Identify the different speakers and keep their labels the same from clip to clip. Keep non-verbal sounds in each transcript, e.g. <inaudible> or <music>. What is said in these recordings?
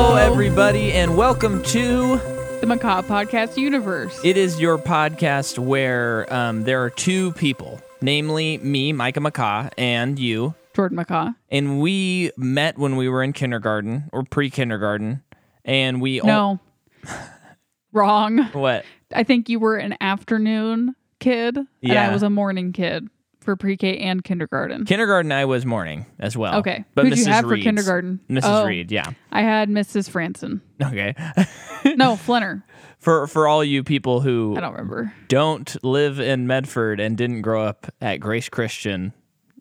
Speaker 1: everybody, and welcome to
Speaker 2: The Macabre Podcast Universe.
Speaker 1: It is your podcast where um, there are two people, namely me, Micah McCaw, and you.
Speaker 2: Jordan Macaw.
Speaker 1: And we met when we were in kindergarten or pre kindergarten. And we all.
Speaker 2: No.
Speaker 1: <laughs>
Speaker 2: Wrong.
Speaker 1: What?
Speaker 2: I think you were an afternoon kid, and
Speaker 1: Yeah.
Speaker 2: I was a morning kid for pre K and kindergarten.
Speaker 1: Kindergarten, I was morning as well.
Speaker 2: okay.
Speaker 1: But
Speaker 2: Who'd
Speaker 1: Mrs.
Speaker 2: you have
Speaker 1: Reed's.
Speaker 2: for kindergarten?
Speaker 1: Mrs.
Speaker 2: Oh,
Speaker 1: Reed, yeah. <laughs>
Speaker 2: I had Mrs. Franson.
Speaker 1: Okay. <laughs>
Speaker 2: No, Flinner.
Speaker 1: for for all you people who
Speaker 2: I don't remember.
Speaker 1: don't live in Medford and didn't grow up at Grace Christian,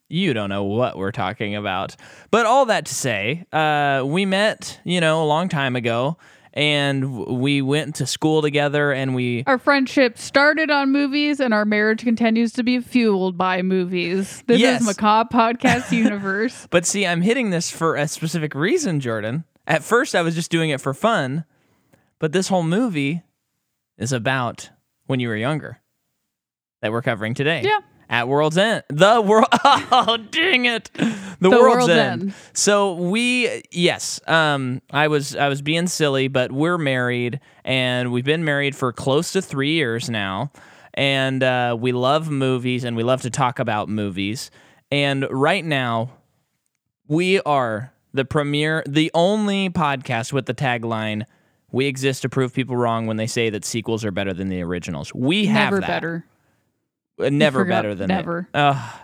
Speaker 1: you don't know what we're talking about. But all that to say, uh, we met, you know, a long time ago, and w- we went to school together, and we
Speaker 2: Our friendship started on movies, and our marriage continues to be fueled by movies. This
Speaker 1: Yes.
Speaker 2: is Macabre
Speaker 1: <laughs>
Speaker 2: Podcast Universe.
Speaker 1: But see, I'm hitting this for a specific reason, Jordan. At first, I was just doing it for fun, but this whole movie is about when you were younger that we're covering today.
Speaker 2: Yeah.
Speaker 1: At World's End. The world. <laughs> Oh, dang it. The, World's,
Speaker 2: World's
Speaker 1: End.
Speaker 2: End.
Speaker 1: So we yes, um I was I was being silly, but we're married and we've been married for close to 3 years now. And uh, we love movies and we love to talk about movies. And right now we are the premier, the only podcast with the tagline, We exist to prove people wrong when they say that sequels are better than the originals. We have
Speaker 2: Never
Speaker 1: that.
Speaker 2: better.
Speaker 1: Uh, Never
Speaker 2: forgot
Speaker 1: better than
Speaker 2: never.
Speaker 1: It. Ugh.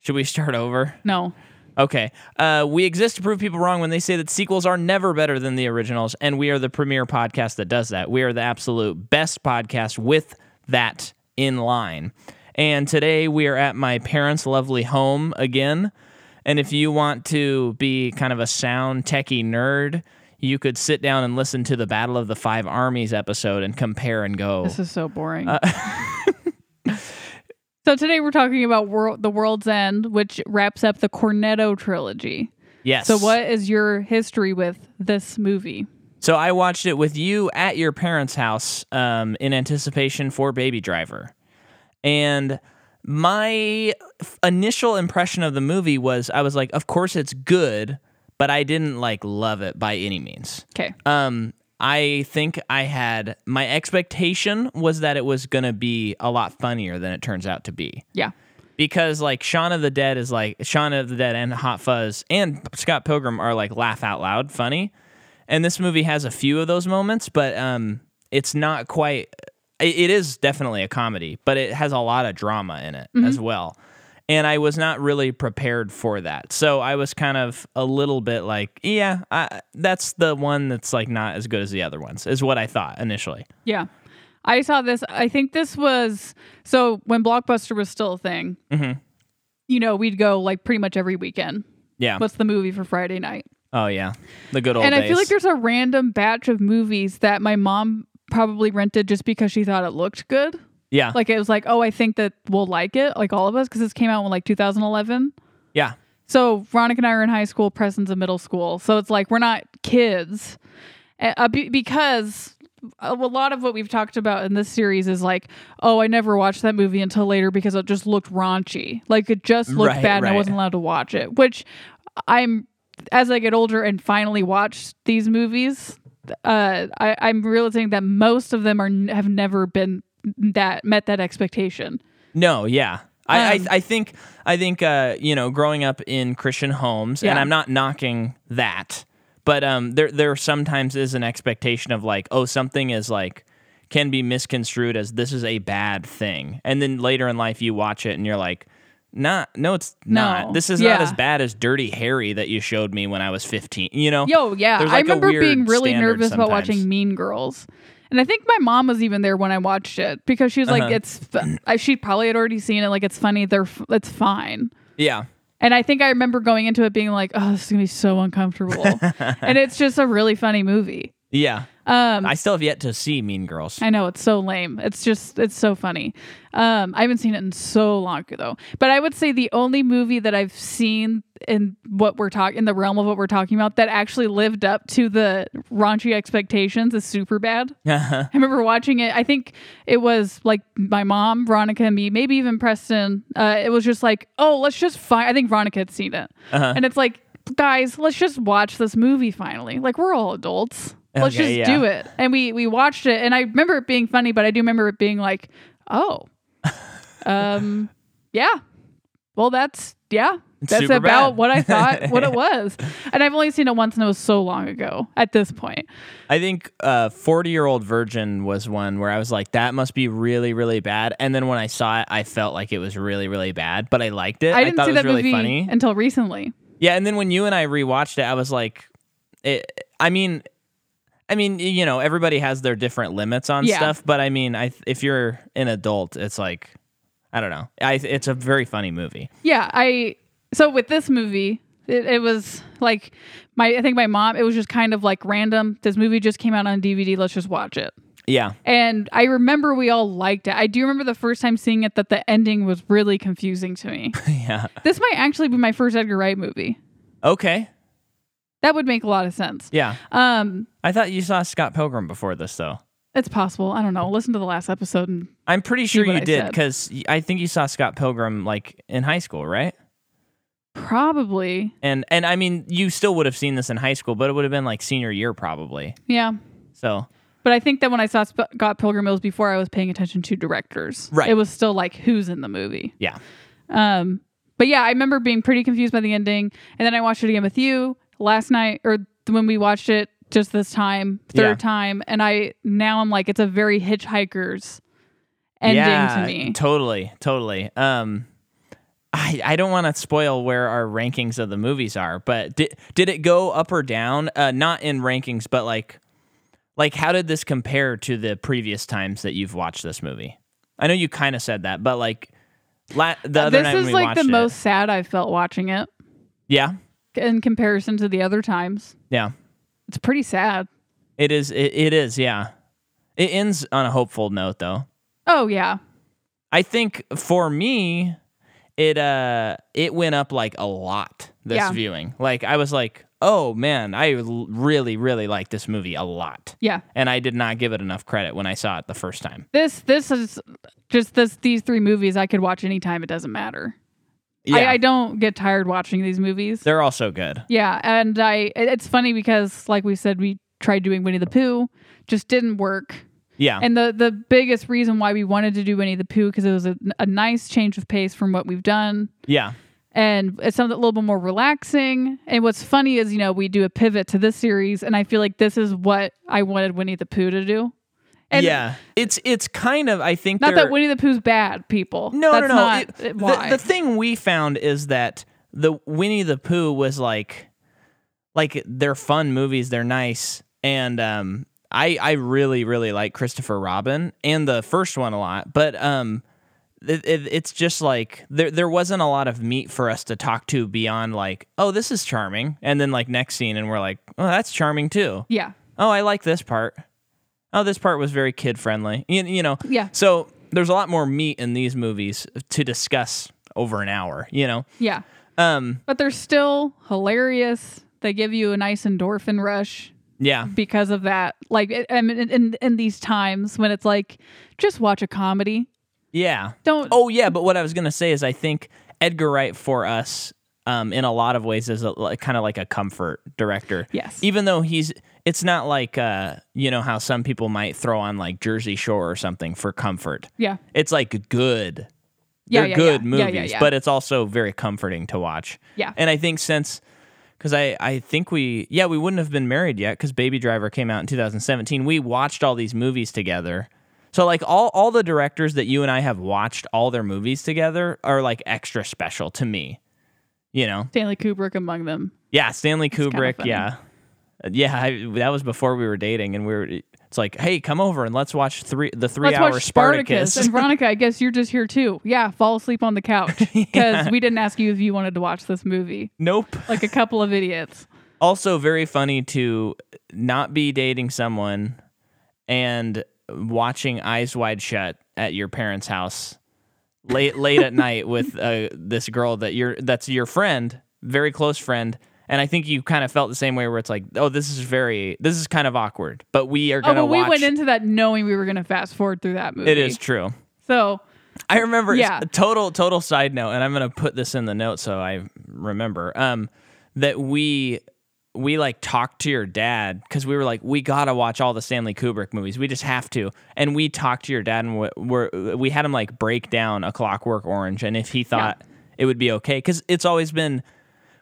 Speaker 1: should we start over?
Speaker 2: No.
Speaker 1: Okay. Uh, we exist to prove people wrong when they say that sequels are never better than the originals, and we are the premier podcast that does that. We are the absolute best podcast with that in line. And today we are at my parents' lovely home again. And if you want to be kind of a sound techie nerd, you could sit down and listen to the Battle of the Five Armies episode and compare and go.
Speaker 2: This is so boring.
Speaker 1: Uh,
Speaker 2: <laughs> so today we're talking about World, the World's End, which wraps up the Cornetto trilogy.
Speaker 1: yes.
Speaker 2: So, what is your history with this movie?
Speaker 1: So I watched it with you at your parents' house um, in anticipation for Baby Driver. And my f- initial impression of the movie was I was like, of course it's good, but I didn't like love it by any means.
Speaker 2: Okay,
Speaker 1: Um, I think I had my expectation was that it was going to be a lot funnier than it turns out to be
Speaker 2: yeah,
Speaker 1: because like Shaun of the Dead is like Shaun of the Dead and Hot Fuzz and Scott Pilgrim are like laugh out loud funny, and this movie has a few of those moments, but um, it's not quite. It, it is definitely a comedy, but it has a lot of drama in it as
Speaker 2: Mm-hmm.
Speaker 1: well, and I was not really prepared for that, so I was kind of a little bit like, yeah, I, that's the one that's like not as good as the other ones, is what I thought initially.
Speaker 2: yeah. I saw this. I think this was so when Blockbuster was still a thing.
Speaker 1: Mhm.
Speaker 2: You know, we'd go like pretty much every weekend.
Speaker 1: Yeah.
Speaker 2: What's the movie for Friday night?
Speaker 1: oh yeah, the good old
Speaker 2: and
Speaker 1: days.
Speaker 2: I feel like there's a random batch of movies that my mom probably rented just because she thought it looked good.
Speaker 1: yeah,
Speaker 2: like it was like oh i think that we'll like it like all of us because this came out in like 2011
Speaker 1: yeah,
Speaker 2: so veronica and i are in high school preston's in middle school so it's like we're not kids Uh, uh, be- because a lot of what we've talked about in this series is like oh i never watched that movie until later because it just looked raunchy like it just looked
Speaker 1: Right,
Speaker 2: bad and i
Speaker 1: right.
Speaker 2: wasn't allowed to watch it which i'm as i get older and finally watch these movies uh, I, I'm realizing that most of them are n- have never been that met that expectation.
Speaker 1: No, yeah. I,
Speaker 2: Um,
Speaker 1: I, I think I think uh, you know growing up in Christian homes, and
Speaker 2: Yeah.
Speaker 1: I'm not knocking that, but um, there there sometimes is an expectation of like, oh, something is like can be misconstrued as this is a bad thing, and then later in life you watch it and you're like, not, no, it's not.
Speaker 2: No.
Speaker 1: This is not
Speaker 2: Yeah.
Speaker 1: as bad as Dirty Harry that you showed me when I was 15. You know,
Speaker 2: Yo, yeah,
Speaker 1: There's
Speaker 2: I
Speaker 1: like a
Speaker 2: remember
Speaker 1: weird
Speaker 2: being really
Speaker 1: standard
Speaker 2: nervous about
Speaker 1: sometimes.
Speaker 2: watching Mean Girls, and I think my mom was even there when I watched it because she was
Speaker 1: Uh-huh.
Speaker 2: like, "It's," f- I- she probably had already seen it. Like, it's funny. They're f- it's fine.
Speaker 1: yeah,
Speaker 2: And I think I remember going into it being like, "Oh, this is gonna be
Speaker 1: <laughs>
Speaker 2: so uncomfortable," and it's just a really funny movie.
Speaker 1: yeah.
Speaker 2: Um,
Speaker 1: I still have yet to see Mean Girls. <laughs>
Speaker 2: I know it's so lame. It's just it's so funny. Um, I haven't seen it in so long though. But I would say the only movie that I've seen in what we're talking in the realm of what we're talking about that actually lived up to the raunchy expectations is super bad.
Speaker 1: Uh-huh.
Speaker 2: I remember watching it. I think it was like my mom, Veronica, and me, maybe even Preston. Uh, it was just like, oh, let's just find. I think Veronica had seen it,
Speaker 1: Uh-huh.
Speaker 2: and it's like guys, let's just watch this movie finally. Like we're all adults. Let's
Speaker 1: Okay,
Speaker 2: just
Speaker 1: yeah.
Speaker 2: do it. And we we watched it and I remember it being funny, but I do remember it being like,
Speaker 1: <laughs>
Speaker 2: "Oh. um yeah. Well, that's yeah.
Speaker 1: It's
Speaker 2: That's
Speaker 1: super
Speaker 2: about
Speaker 1: bad.
Speaker 2: what I
Speaker 1: <laughs>
Speaker 2: thought what it was. And I've only seen it once and it was so long ago at this point.
Speaker 1: I think uh, 40 year old virgin was one where I was like, that must be really, really bad. And then when I saw it, I felt like it was really, really bad, but I liked it.
Speaker 2: I didn't
Speaker 1: thought
Speaker 2: see
Speaker 1: it was
Speaker 2: that
Speaker 1: really
Speaker 2: movie
Speaker 1: funny.
Speaker 2: until recently.
Speaker 1: yeah. And then when you and I rewatched it, I was like, it, I mean, I mean, y- you know, everybody has their different limits on
Speaker 2: Yeah.
Speaker 1: stuff, but I mean, I if you're an adult, it's like, I don't know. I, it's a very funny movie.
Speaker 2: Yeah, I so with this movie, it, it was like my I think my mom. It was just kind of like random. This movie just came out on DVD. Let's just watch it.
Speaker 1: Yeah. <laughs>
Speaker 2: And I remember we all liked it. I do remember the first time seeing it that the ending was really confusing to me.
Speaker 1: yeah.
Speaker 2: this might actually be my first Edgar Wright movie.
Speaker 1: Okay.
Speaker 2: That would make a lot of sense.
Speaker 1: Yeah.
Speaker 2: Um,
Speaker 1: I thought you saw Scott Pilgrim before this, though.
Speaker 2: it's possible. I don't know. Listen to the last episode and
Speaker 1: I'm pretty sure
Speaker 2: what
Speaker 1: you
Speaker 2: I
Speaker 1: did
Speaker 2: said.
Speaker 1: because I think you saw Scott Pilgrim like in high school, right?
Speaker 2: probably
Speaker 1: And and I mean, you still would have seen this in high school, but it would have been like senior year probably.
Speaker 2: yeah.
Speaker 1: So
Speaker 2: But I think that when I saw Sp- Scott Pilgrim, it was before I was paying attention to directors.
Speaker 1: Right.
Speaker 2: It was still like who's in the movie.
Speaker 1: yeah,
Speaker 2: Um, but yeah, I remember being pretty confused by the ending, and then I watched it again with you last night, or th- when we watched it just this time, third
Speaker 1: Yeah.
Speaker 2: time, and I now I'm like, it's a very Hitchhiker's ending
Speaker 1: yeah,
Speaker 2: to me.
Speaker 1: totally, totally. Um, I I don't want to spoil where our rankings of the movies are, but did did it go up or down? Uh, not in rankings, but like like how did this compare to the previous times that you've watched this movie? I know you kind of said that, but like. La- the other
Speaker 2: Uh, this
Speaker 1: night when
Speaker 2: is
Speaker 1: we
Speaker 2: like the
Speaker 1: watched it-
Speaker 2: most sad I felt watching it
Speaker 1: Yeah,
Speaker 2: in comparison to the other times.
Speaker 1: yeah.
Speaker 2: It's pretty sad.
Speaker 1: It is. It, it is. Yeah. It ends on a hopeful note, though.
Speaker 2: Oh yeah,
Speaker 1: I think for me, it uh, it went up like a lot this
Speaker 2: Yeah.
Speaker 1: viewing. Like I was like, oh man, I l- really, really like this movie a lot,
Speaker 2: yeah.
Speaker 1: and I did not give it enough credit when I saw it the first time.
Speaker 2: This this is just this these three movies I could watch anytime. It doesn't matter.
Speaker 1: Yeah,
Speaker 2: I, I don't get tired watching these movies.
Speaker 1: they're all so good.
Speaker 2: Yeah, and I it- it's funny because like we said we tried doing Winnie the Pooh, just didn't work.
Speaker 1: Yeah,
Speaker 2: And the the biggest reason why we wanted to do Winnie the Pooh because it was a, a nice change of pace from what we've done.
Speaker 1: yeah,
Speaker 2: And it's something a little bit more relaxing. And what's funny is, you know, we do a pivot to this series, and I feel like this is what I wanted Winnie the Pooh to do. And
Speaker 1: yeah. It's it's kind of I think
Speaker 2: Not
Speaker 1: they're-
Speaker 2: that Winnie the Pooh's bad, people.
Speaker 1: No,
Speaker 2: That's
Speaker 1: no, no.
Speaker 2: Not
Speaker 1: It-
Speaker 2: it-
Speaker 1: the-
Speaker 2: why.
Speaker 1: The, thing we found is that the Winnie the Pooh was like, like they're fun movies. They're nice, and um, I I really really like Christopher Robin and the first one a lot, but um. It, it, it's just like there there wasn't a lot of meat for us to talk to beyond like oh this is charming and then like next scene and we're like oh that's charming too
Speaker 2: yeah.
Speaker 1: oh I like this part oh this part was very kid friendly you, you know
Speaker 2: Yeah.
Speaker 1: so there's a lot more meat in these movies to discuss over an hour, you know?
Speaker 2: Yeah.
Speaker 1: Um,
Speaker 2: But they're still hilarious. They give you a nice endorphin rush
Speaker 1: yeah.
Speaker 2: because of that. Like it- I mean, in, in in these times when it's like, just watch a comedy.
Speaker 1: Yeah.
Speaker 2: Don't.
Speaker 1: Oh, yeah. But what I was going to say is I think Edgar Wright for us, um, in a lot of ways, is a, like, kind of like a comfort director.
Speaker 2: yes.
Speaker 1: Even though he's, it's not like, uh, you know, how some people might throw on like Jersey Shore or something for comfort.
Speaker 2: yeah.
Speaker 1: It's like good.
Speaker 2: Yeah,
Speaker 1: They're
Speaker 2: yeah,
Speaker 1: good
Speaker 2: yeah.
Speaker 1: movies,
Speaker 2: Yeah, yeah, yeah.
Speaker 1: but it's also very comforting to watch.
Speaker 2: Yeah.
Speaker 1: And I think since, because I, I think we, yeah, we wouldn't have been married yet because Baby Driver came out in 2017. We watched all these movies together. So, like, all, all the directors that you and I have watched all their movies together are like extra special to me. You know?
Speaker 2: Stanley Kubrick among them.
Speaker 1: Yeah, Stanley
Speaker 2: kinda
Speaker 1: Kubrick.
Speaker 2: funny.
Speaker 1: Yeah. Yeah, I, that was before we were dating, and we were. It's like, hey, come over and let's watch three the 3
Speaker 2: Let's
Speaker 1: hour
Speaker 2: watch
Speaker 1: <laughs>
Speaker 2: Spartacus. and Veronica, I guess you're just here too. Yeah, fall asleep on the couch because we didn't ask you if you wanted to watch this movie.
Speaker 1: nope.
Speaker 2: Like a couple of idiots.
Speaker 1: also very funny to not be dating someone and watching eyes wide shut at your parents' house late late
Speaker 2: <laughs>
Speaker 1: at night with uh, this girl that you're that's your friend, very close friend. And I think you kind of felt the same way where it's like, oh, this is very this is kind of awkward, but we are
Speaker 2: Oh,
Speaker 1: gonna
Speaker 2: well, we
Speaker 1: watch
Speaker 2: went into that knowing we were going to fast forward through that movie.
Speaker 1: it is true.
Speaker 2: So
Speaker 1: I remember
Speaker 2: Yeah.
Speaker 1: total total side note, and I'm gonna put this in the note so I remember. Um, that we we like talked to your dad because we were like we gotta watch all the Stanley Kubrick movies. We just have to, and we talked to your dad and we- we're, we had him like break down A Clockwork Orange and if he thought it would be okay because it's always been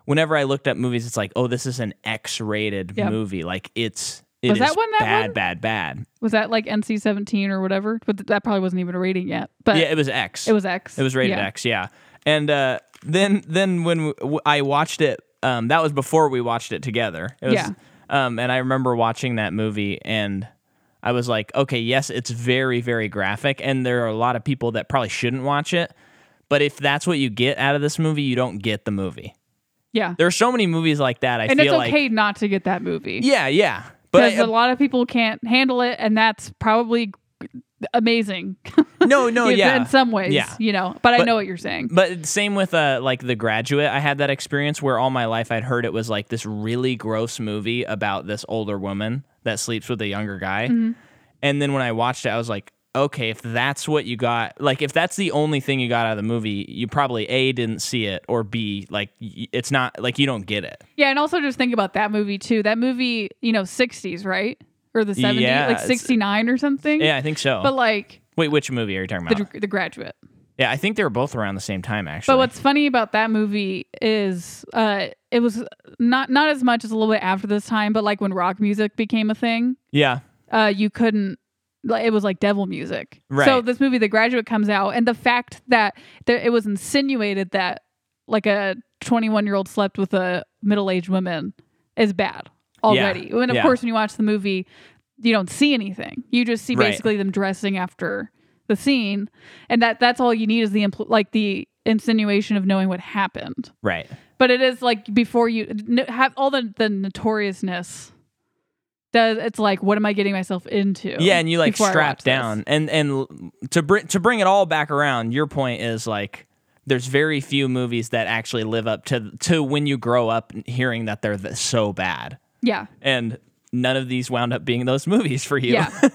Speaker 1: whenever I looked up movies, it's like oh this is an X rated
Speaker 2: Yep.
Speaker 1: movie like it's it
Speaker 2: Was that
Speaker 1: is
Speaker 2: one that
Speaker 1: bad
Speaker 2: one?
Speaker 1: bad bad
Speaker 2: Was that like NC seventeen or whatever? But th- that probably wasn't even a rating yet. But
Speaker 1: yeah it was X
Speaker 2: it was X.
Speaker 1: It was rated
Speaker 2: Yeah.
Speaker 1: X, yeah. And uh, then then when w- w- I watched it, um, that was before we watched it together. It was,
Speaker 2: Yeah.
Speaker 1: Um, and I remember watching that movie, and I was like, okay, yes, it's very very graphic, and there are a lot of people that probably shouldn't watch it. But if that's what you get out of this movie, you don't get the movie.
Speaker 2: Yeah.
Speaker 1: There are so many movies like that. I
Speaker 2: And it's
Speaker 1: feel
Speaker 2: okay
Speaker 1: like
Speaker 2: not to get that movie.
Speaker 1: yeah, yeah. But
Speaker 2: <laughs> Because a lot of people can't handle it, and that's probably amazing. <laughs>
Speaker 1: uh, no, no, Oh, yeah.
Speaker 2: in some ways,
Speaker 1: Yeah.
Speaker 2: you know. But, I
Speaker 1: But-
Speaker 2: know what you're saying.
Speaker 1: But same with uh, like The Graduate. I had that experience where all my life I'd heard it was like this really gross movie about this older woman that sleeps with a younger guy.
Speaker 2: Mm-hmm.
Speaker 1: And then when I watched it, I was like, okay, if that's what you got, like if that's the only thing you got out of the movie, you probably A, didn't see it, or B, like y- it's not like you don't get it.
Speaker 2: Yeah, and also just think about that movie too. That movie, you know, 60s, right? Or the 70s,
Speaker 1: Yeah,
Speaker 2: like
Speaker 1: it's-
Speaker 2: 69 or something.
Speaker 1: Yeah, I think so.
Speaker 2: Mm-hmm. But like
Speaker 1: Wait, which movie are you talking about?
Speaker 2: the, the graduate.
Speaker 1: yeah, I think they were both around the same time, actually.
Speaker 2: But what's funny about that movie is uh it was not not as much as a little bit after this time, but like when rock music became a thing,
Speaker 1: yeah.
Speaker 2: uh you couldn't like, it was like devil music. So
Speaker 1: Right.
Speaker 2: this movie The Graduate comes out and the fact that there, it was insinuated that like a 21-year-old slept with a middle-aged woman is bad already. And of
Speaker 1: Yeah.
Speaker 2: course when you watch the movie you don't see anything. You just see
Speaker 1: Right.
Speaker 2: basically them dressing after the scene, and that that's all you need is the impl- like the insinuation of knowing what happened.
Speaker 1: Right.
Speaker 2: But it is like before you n- have all the the notoriousness. Does it's like what am I getting myself into?
Speaker 1: Yeah, and you like
Speaker 2: before I watch
Speaker 1: strap
Speaker 2: this?
Speaker 1: down, and and l- to bring to bring it all back around. Your point is like there's very few movies that actually live up to to when you grow up hearing that they're th- so bad,
Speaker 2: Yeah,
Speaker 1: and none of these wound up being those movies for you.
Speaker 2: yeah,
Speaker 1: <laughs>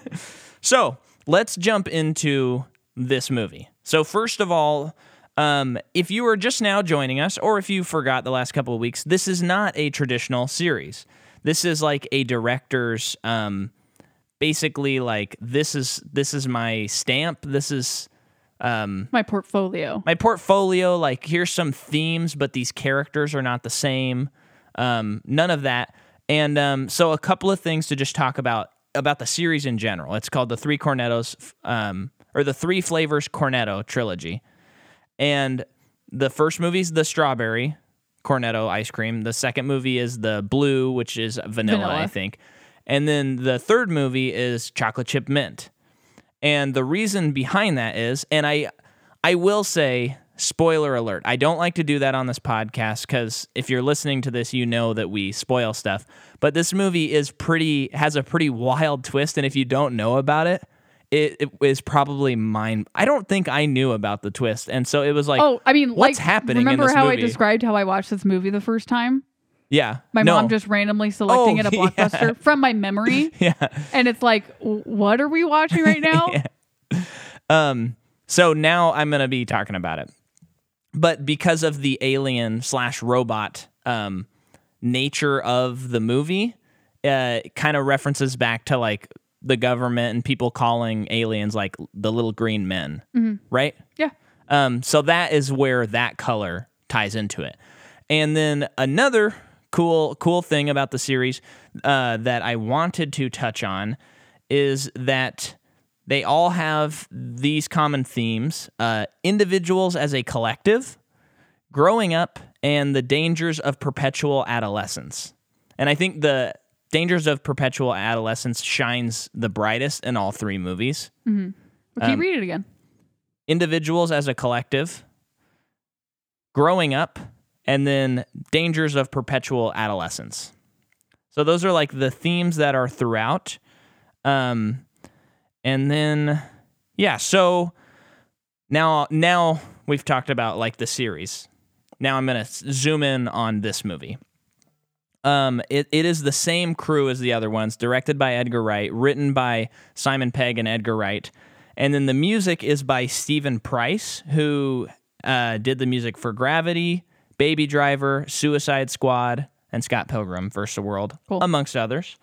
Speaker 1: So let's jump into this movie. So, first of all, um, if you are just now joining us, or if you forgot the last couple of weeks, this is not a traditional series. This is like a director's, um, basically like this is this is my stamp. This is
Speaker 2: my portfolio.
Speaker 1: my portfolio. Like here's some themes, but these characters are not the same. Um, none of that. And um, so a couple of things to just talk about about the series in general. It's called the Three Cornettos, f- um, or the Three Flavors Cornetto trilogy. And the first movie is the strawberry cornetto ice cream. The second movie is the blue, which is vanilla,
Speaker 2: Vanilla.
Speaker 1: I think. And then the third movie is chocolate chip mint. And the reason behind that is, and I I will say, spoiler alert, I don't like to do that on this podcast because if you're listening to this, you know that we spoil stuff. But this movie is pretty has a pretty wild twist, and if you don't know about it, it, it is probably mine. I don't think I knew about the twist, and so it was like,
Speaker 2: Oh, I mean,
Speaker 1: what's
Speaker 2: like,
Speaker 1: happening in
Speaker 2: Remember
Speaker 1: this
Speaker 2: how
Speaker 1: movie?
Speaker 2: I described how I watched this movie the first time?
Speaker 1: yeah,
Speaker 2: My
Speaker 1: no.
Speaker 2: mom just randomly selecting
Speaker 1: Oh,
Speaker 2: it a
Speaker 1: <laughs> yeah.
Speaker 2: blockbuster from my memory,
Speaker 1: <laughs> yeah.
Speaker 2: and it's like, what are we
Speaker 1: <laughs>
Speaker 2: watching right now?
Speaker 1: So now I'm going to be talking about it. But because of the alien slash robot um, nature of the movie, uh, it kind of references back to like the government and people calling aliens like the little green men, right?
Speaker 2: yeah.
Speaker 1: Um, so that is where that color ties into it. And then another cool cool thing about the series uh, that I wanted to touch on is that they all have these common themes: uh, individuals as a collective, growing up, and the dangers of perpetual adolescence. And I think the dangers of perpetual adolescence shines the brightest in all three movies
Speaker 2: Can
Speaker 1: Um,
Speaker 2: you read it again?
Speaker 1: individuals as a collective, growing up, and then dangers of perpetual adolescence. So those are like the themes that are throughout. Um, and then, yeah. So now, now we've talked about like the series. Now I'm gonna s- zoom in on this movie. Um, it, it is the same crew as the other ones, directed by Edgar Wright, written by Simon Pegg and Edgar Wright. And then the music is by Stephen Price, who uh, did the music for Gravity, Baby Driver, Suicide Squad, and Scott Pilgrim vs. the World,
Speaker 2: Cool.
Speaker 1: amongst others.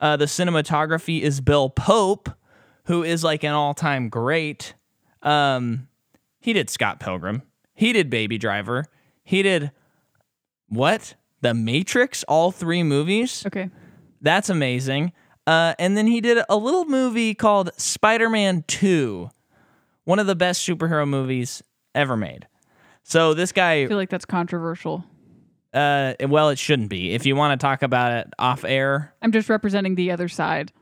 Speaker 1: Uh, the cinematography is Bill Pope, who is like an all time great. Um, he did Scott Pilgrim. He did Baby Driver. He did what? The Matrix, all three movies.
Speaker 2: <laughs> Okay.
Speaker 1: That's amazing. Uh, and then he did a little movie called Spider Man 2, one of the best superhero movies ever made. So this guy,
Speaker 2: I feel like that's controversial.
Speaker 1: uh, well, it shouldn't be. If you want to talk about it off air,
Speaker 2: I'm just representing the other side,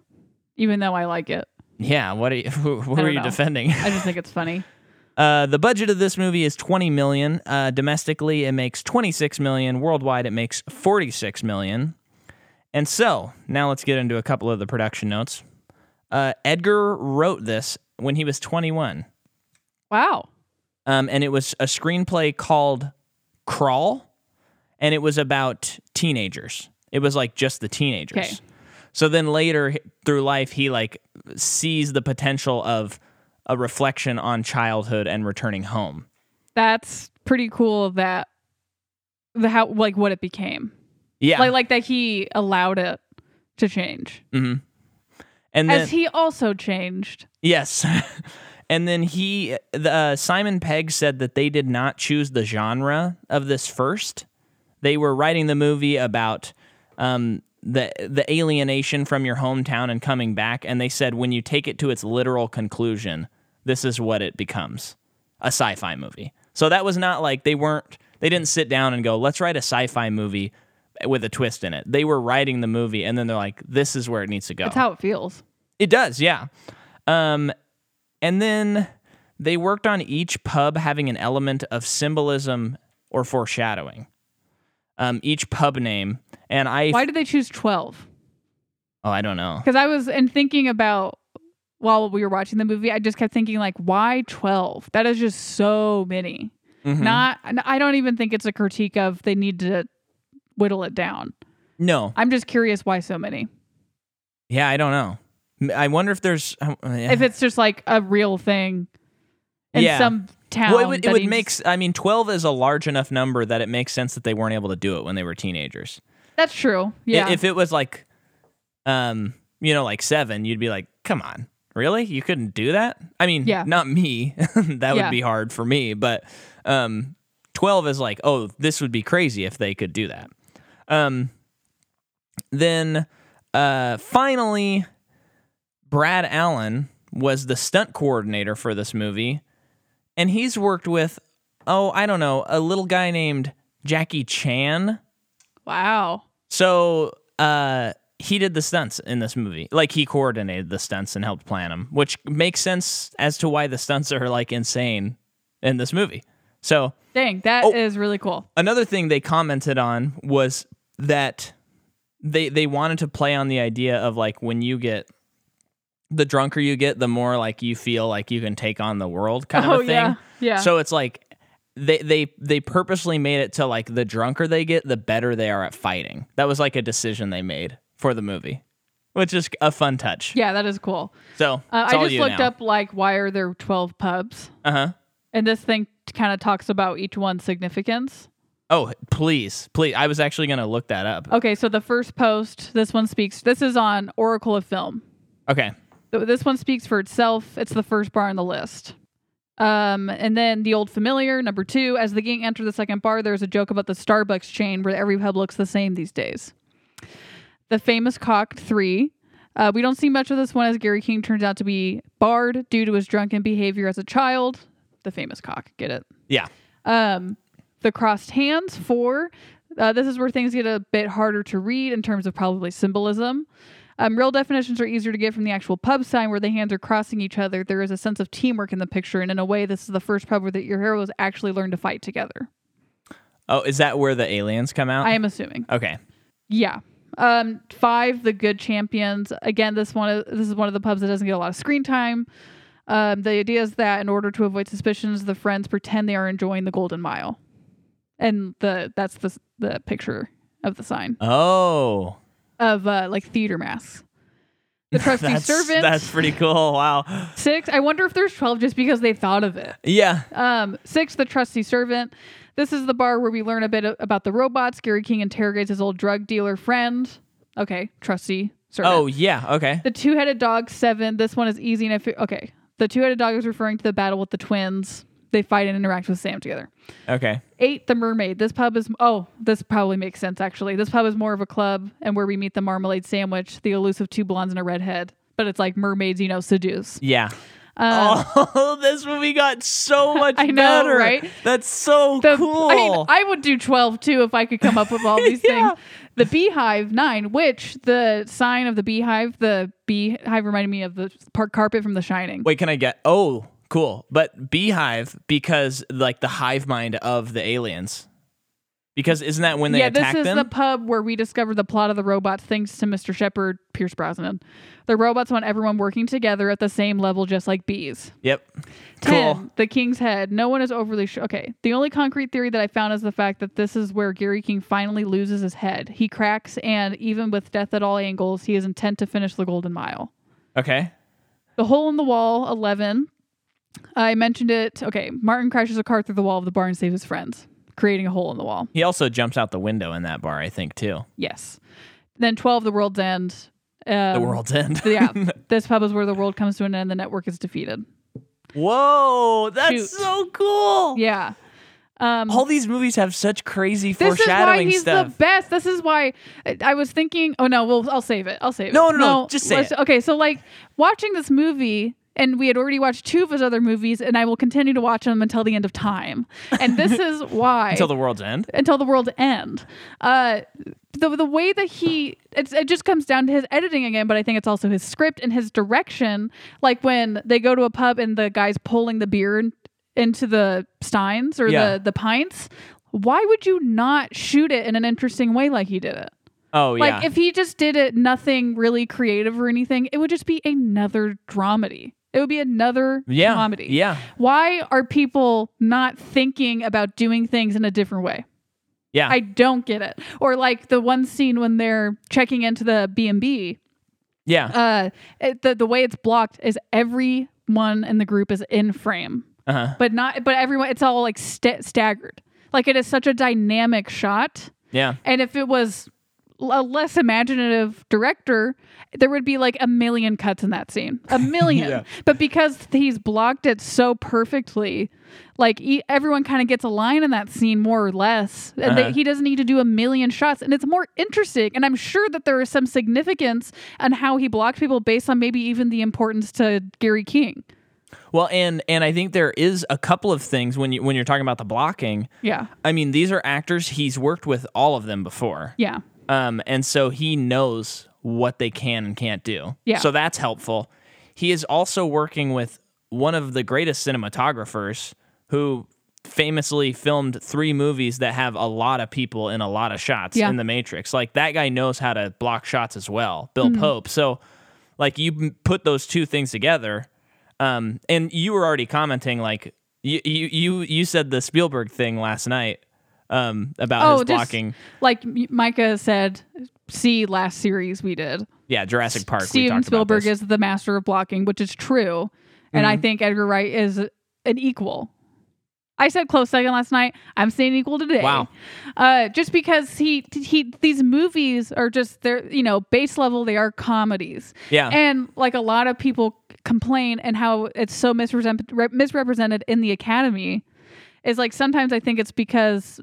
Speaker 2: even though I like it.
Speaker 1: yeah, what are you, <laughs> who, who
Speaker 2: I
Speaker 1: are
Speaker 2: don't
Speaker 1: you
Speaker 2: know.
Speaker 1: defending?
Speaker 2: I just think it's funny.
Speaker 1: <laughs> Uh, the budget of this movie is 20 million. Uh, domestically, it makes 26 million. Worldwide, it makes 46 million. And so, now let's get into a couple of the production notes. Uh, Edgar wrote this when he was 21,
Speaker 2: Wow.
Speaker 1: um, and it was a screenplay called Crawl, and it was about teenagers. It was like just the teenagers.
Speaker 2: Okay.
Speaker 1: So then later h- through life, he like sees the potential of a reflection on childhood and returning home.
Speaker 2: That's pretty cool that the how like what it became.
Speaker 1: Yeah.
Speaker 2: Like like that he allowed it to change.
Speaker 1: and then
Speaker 2: As he also changed.
Speaker 1: yes. <laughs> and then he the, uh, Simon Pegg said that they did not choose the genre of this first. They were writing the movie about um the the alienation from your hometown and coming back and they said when you take it to its literal conclusion, this is what it becomes. A sci-fi movie. So that was not like they weren't they didn't sit down and go, "Let's write a sci-fi movie." With a twist in it, they were writing the movie, and then they're like, "This is where it needs to go."
Speaker 2: That's how it feels.
Speaker 1: It does, yeah. Um, and then they worked on each pub having an element of symbolism or foreshadowing. Um, each pub name, and I,
Speaker 2: Why did they choose 12?
Speaker 1: oh, I don't know.
Speaker 2: Because I was and thinking about while we were watching the movie, I just kept thinking like, why twelve? That is just so many.
Speaker 1: Mm-hmm.
Speaker 2: Not, and I don't even think it's a critique of they need to whittle it down.
Speaker 1: No,
Speaker 2: I'm just curious why so many.
Speaker 1: yeah, I don't know. M- I wonder if there's I- yeah.
Speaker 2: If it's just like a real thing in
Speaker 1: Yeah.
Speaker 2: some town,
Speaker 1: well, it would, it
Speaker 2: that
Speaker 1: would
Speaker 2: he's-
Speaker 1: make. s- I mean, twelve is a large enough number that it makes sense that they weren't able to do it when they were teenagers.
Speaker 2: that's true.
Speaker 1: I-
Speaker 2: Yeah,
Speaker 1: If it was like, um, you know, like seven, you'd be like, come on, really? You couldn't do that? I mean,
Speaker 2: Yeah.
Speaker 1: not me. <laughs> that would
Speaker 2: Yeah.
Speaker 1: be hard for me. But um, 12 is like, oh, this would be crazy if they could do that. Um, then uh, finally, Brad Allen was the stunt coordinator for this movie, and he's worked with, oh, I don't know, a little guy named Jackie Chan.
Speaker 2: wow,
Speaker 1: So uh, he did the stunts in this movie. Like he coordinated the stunts and helped plan them, which makes sense as to why the stunts are like insane in this movie. So
Speaker 2: dang, that
Speaker 1: Oh.
Speaker 2: is really cool.
Speaker 1: another thing they commented on was that they they wanted to play on the idea of like when you get the drunker you get, the more like you feel like you can take on the world kind
Speaker 2: oh
Speaker 1: of a thing.
Speaker 2: yeah, yeah.
Speaker 1: So it's like they they they purposely made it to like the drunker they get, the better they are at fighting. That was like a decision they made for the movie, which is a fun touch.
Speaker 2: yeah, that is cool.
Speaker 1: So
Speaker 2: Uh,
Speaker 1: it's
Speaker 2: I
Speaker 1: all
Speaker 2: just
Speaker 1: you
Speaker 2: looked
Speaker 1: now.
Speaker 2: up like why are there twelve pubs?
Speaker 1: Uh huh.
Speaker 2: And this thing kind of talks about each one's significance.
Speaker 1: Oh please, please! I was actually gonna look that up.
Speaker 2: Okay, so the first post, this one speaks, this is on Oracle of Film.
Speaker 1: Okay.
Speaker 2: Th- This one speaks for itself. It's the first bar on the list. Um, and then the old familiar, number two, as the gang enter the second bar, there's a joke about the Starbucks chain where every pub looks the same these days. The famous cock, three. Uh, we don't see much of this one as Gary King turns out to be barred due to his drunken behavior as a child. The famous cock, get it?
Speaker 1: Yeah.
Speaker 2: Um, the crossed hands for uh, this is where things get a bit harder to read in terms of probably symbolism. Um, real definitions are easier to get from the actual pub sign where the hands are crossing each other. There is a sense of teamwork in the picture, and in a way, this is the first pub where that your heroes actually learn to fight together.
Speaker 1: Oh, is that where the aliens come out?
Speaker 2: I am assuming,
Speaker 1: okay.
Speaker 2: yeah. Um, five, the good champions. Again, this one is, this is one of the pubs that doesn't get a lot of screen time. Um, the idea is that in order to avoid suspicions, the friends pretend they are enjoying the Golden Mile, and the that's the the picture of the sign
Speaker 1: Oh,
Speaker 2: of uh, like theater masks.
Speaker 1: <laughs>
Speaker 2: The trusty
Speaker 1: that's
Speaker 2: servant
Speaker 1: that's pretty cool. Wow.
Speaker 2: six. I wonder if there's twelve just because they thought of it.
Speaker 1: Yeah.
Speaker 2: Um, six, the trusty servant. This is the bar where we learn a bit a- about the robots. Gary King interrogates his old drug dealer friend. Okay, trusty. servant.
Speaker 1: Oh yeah, okay.
Speaker 2: The two headed dog seven. This one is easy enough. Okay. The two headed dog is referring to the battle with the twins. They fight and interact with Sam together.
Speaker 1: Okay.
Speaker 2: Eight, the mermaid. This pub is, oh, this probably makes sense actually. This pub is more of a club and where we meet the marmalade sandwich, the elusive two blondes and a redhead. But it's like mermaids, you know, seduce.
Speaker 1: Yeah.
Speaker 2: Uh,
Speaker 1: oh, <laughs> this movie got so much
Speaker 2: <laughs> I know,
Speaker 1: better.
Speaker 2: right?
Speaker 1: That's so
Speaker 2: the-
Speaker 1: Oh, cool.
Speaker 2: I, mean, I would do 12 too if I could come
Speaker 1: <laughs>
Speaker 2: up with all these
Speaker 1: Yeah.
Speaker 2: things. The beehive, nine, which the sign of the beehive, the beehive reminded me of the park carpet from The Shining.
Speaker 1: Wait, can I get? Oh, cool. But beehive because like the hive mind of the aliens. Because isn't that when they
Speaker 2: yeah,
Speaker 1: attack
Speaker 2: this is
Speaker 1: them?
Speaker 2: the pub where we discovered the plot of the robots thanks to Mr. Shepard, Pierce Brosnan. The robots want everyone working together at the same level, just like bees.
Speaker 1: yep.
Speaker 2: Ten,
Speaker 1: Cool.
Speaker 2: the King's Head. No one is overly sure. Okay, the only concrete theory that I found is the fact that this is where Gary King finally loses his head. He cracks, and even with death at all angles, he is intent to finish the Golden Mile.
Speaker 1: Okay.
Speaker 2: The hole in the wall, 11. I mentioned it. Okay, Martin crashes a car through the wall of the bar and saves his friends, creating a hole in the wall.
Speaker 1: He also jumps out the window in that bar, I think, too.
Speaker 2: Yes. Then 12, The World's End. Um,
Speaker 1: The world's end. <laughs>
Speaker 2: yeah. This pub is where the world comes to an end and the network is defeated.
Speaker 1: Whoa, that's
Speaker 2: Shoot.
Speaker 1: so cool.
Speaker 2: Yeah. Um,
Speaker 1: All these movies have such crazy
Speaker 2: this is why
Speaker 1: foreshadowing
Speaker 2: he's
Speaker 1: stuff.
Speaker 2: the best. This is why I- I was thinking. Oh no, well I'll save it. I'll save
Speaker 1: No,
Speaker 2: it.
Speaker 1: no, no, just say
Speaker 2: let's-
Speaker 1: it.
Speaker 2: Okay, so like watching this movie, and we had already watched two of his other movies, and I will continue to watch them until the end of time. And this
Speaker 1: <laughs>
Speaker 2: is why
Speaker 1: Until the world's end.
Speaker 2: until the world end. Uh, the the way that he it's, it just comes down to his editing again, but I think it's also his script and his direction. Like when they go to a pub and the guy's pulling the beer in- into the steins or
Speaker 1: Yeah.
Speaker 2: the the pints. Why would you not shoot it in an interesting way like he did it?
Speaker 1: Oh yeah.
Speaker 2: Like if he just did it nothing really creative or anything, it would just be another dramedy. It would be another
Speaker 1: yeah.
Speaker 2: comedy.
Speaker 1: Yeah.
Speaker 2: Why are people not thinking about doing things in a different way?
Speaker 1: Yeah.
Speaker 2: I don't get it. Or like the one scene when they're checking into the B and B,
Speaker 1: yeah.
Speaker 2: uh, it- the the way it's blocked is everyone in the group is in frame,
Speaker 1: Uh-huh.
Speaker 2: but not but everyone. It's all like sta staggered. Like it is such a dynamic shot,
Speaker 1: Yeah.
Speaker 2: and if it was l- a less imaginative director, there would be like a million cuts in that scene,
Speaker 1: <laughs>
Speaker 2: a million.
Speaker 1: Yeah.
Speaker 2: But because he's blocked it so perfectly, like e- everyone kind of gets a line in that scene more or less. And they,
Speaker 1: Uh-huh.
Speaker 2: he doesn't need to do a million shots, and it's more interesting. And I'm sure that there is some significance on how he blocked people based on maybe even the importance to Gary King.
Speaker 1: Well, and and I think there is a couple of things when you when you're talking about the blocking.
Speaker 2: Yeah,
Speaker 1: I mean, these are actors he's worked with all of them before.
Speaker 2: yeah,
Speaker 1: Um, and so he knows what they can and can't do.
Speaker 2: Yeah.
Speaker 1: So that's helpful. He is also working with one of the greatest cinematographers who famously filmed three movies that have a lot of people in a lot of shots
Speaker 2: Yeah.
Speaker 1: in the Matrix. Like that guy knows how to block shots as well, Bill
Speaker 2: Mm-hmm.
Speaker 1: Pope. So like you m- put those two things together um and you were already commenting like you you you, you said the Spielberg thing last night um about
Speaker 2: Oh,
Speaker 1: his
Speaker 2: just-
Speaker 1: blocking
Speaker 2: like M- Micah said. See last series we did.
Speaker 1: Yeah, Jurassic Park. we
Speaker 2: Steven
Speaker 1: talked
Speaker 2: Spielberg
Speaker 1: about this. Mm-hmm.
Speaker 2: is the master of blocking, which is true. And I think Edgar Wright is an equal. I said close second last night. I'm saying equal today.
Speaker 1: Wow.
Speaker 2: Uh, just because he he these movies are just they're you know base level they are comedies
Speaker 1: yeah,
Speaker 2: and like a lot of people complain and how it's so misrepresent- re- misrepresented in the academy is like sometimes I think it's because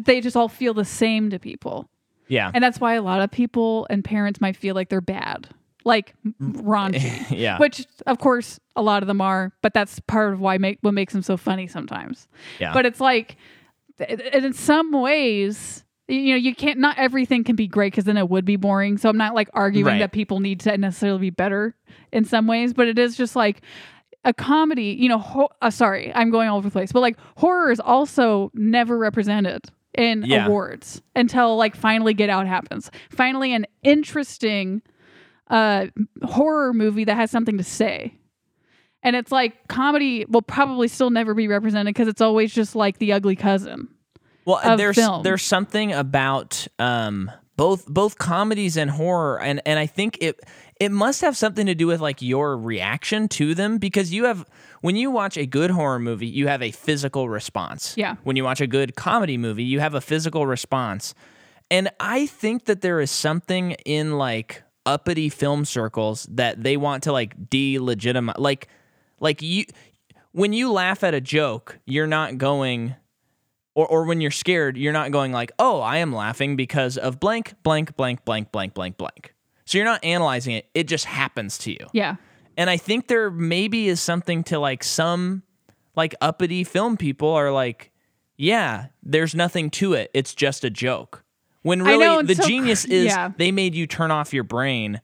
Speaker 2: they just all feel the same to people.
Speaker 1: yeah,
Speaker 2: And that's why a lot of people and parents might feel like they're bad, like m- raunchy,
Speaker 1: eh, <laughs> yeah,
Speaker 2: which of course a lot of them are, but that's part of why make what makes them so funny sometimes.
Speaker 1: yeah.
Speaker 2: But it's like, th- and in some ways, y- you know, you can't, not everything can be great because then it would be boring. So I'm not like arguing
Speaker 1: Right.
Speaker 2: that people need to necessarily be better in some ways, but it is just like, a comedy, you know, ho- uh, sorry, I'm going all over the place, but like horror is also never represented in
Speaker 1: Yeah.
Speaker 2: awards until like finally Get Out happens. Finally, an interesting uh, horror movie that has something to say. And it's like comedy will probably still never be represented because it's always just like the ugly cousin.
Speaker 1: well,
Speaker 2: of
Speaker 1: there's
Speaker 2: film.
Speaker 1: there's something about um both both comedies and horror and and I think it it must have something to do with like your reaction to them because you have when you watch a good horror movie you have a physical response.
Speaker 2: Yeah.
Speaker 1: When you watch a good comedy movie you have a physical response. And I think that there is something in like uppity film circles that they want to like delegitimize like like you when you laugh at a joke you're not going or, or when you're scared, you're not going like, oh, I am laughing because of blank, blank, blank, blank, blank, blank, blank. So you're not analyzing it. It just happens to you.
Speaker 2: Yeah.
Speaker 1: And I think there maybe is something to like some like uppity film people are like, yeah, there's nothing to it. It's just a joke. When
Speaker 2: I
Speaker 1: really
Speaker 2: know, it's
Speaker 1: the
Speaker 2: so cr-
Speaker 1: genius is
Speaker 2: yeah.
Speaker 1: they made you turn off your brain.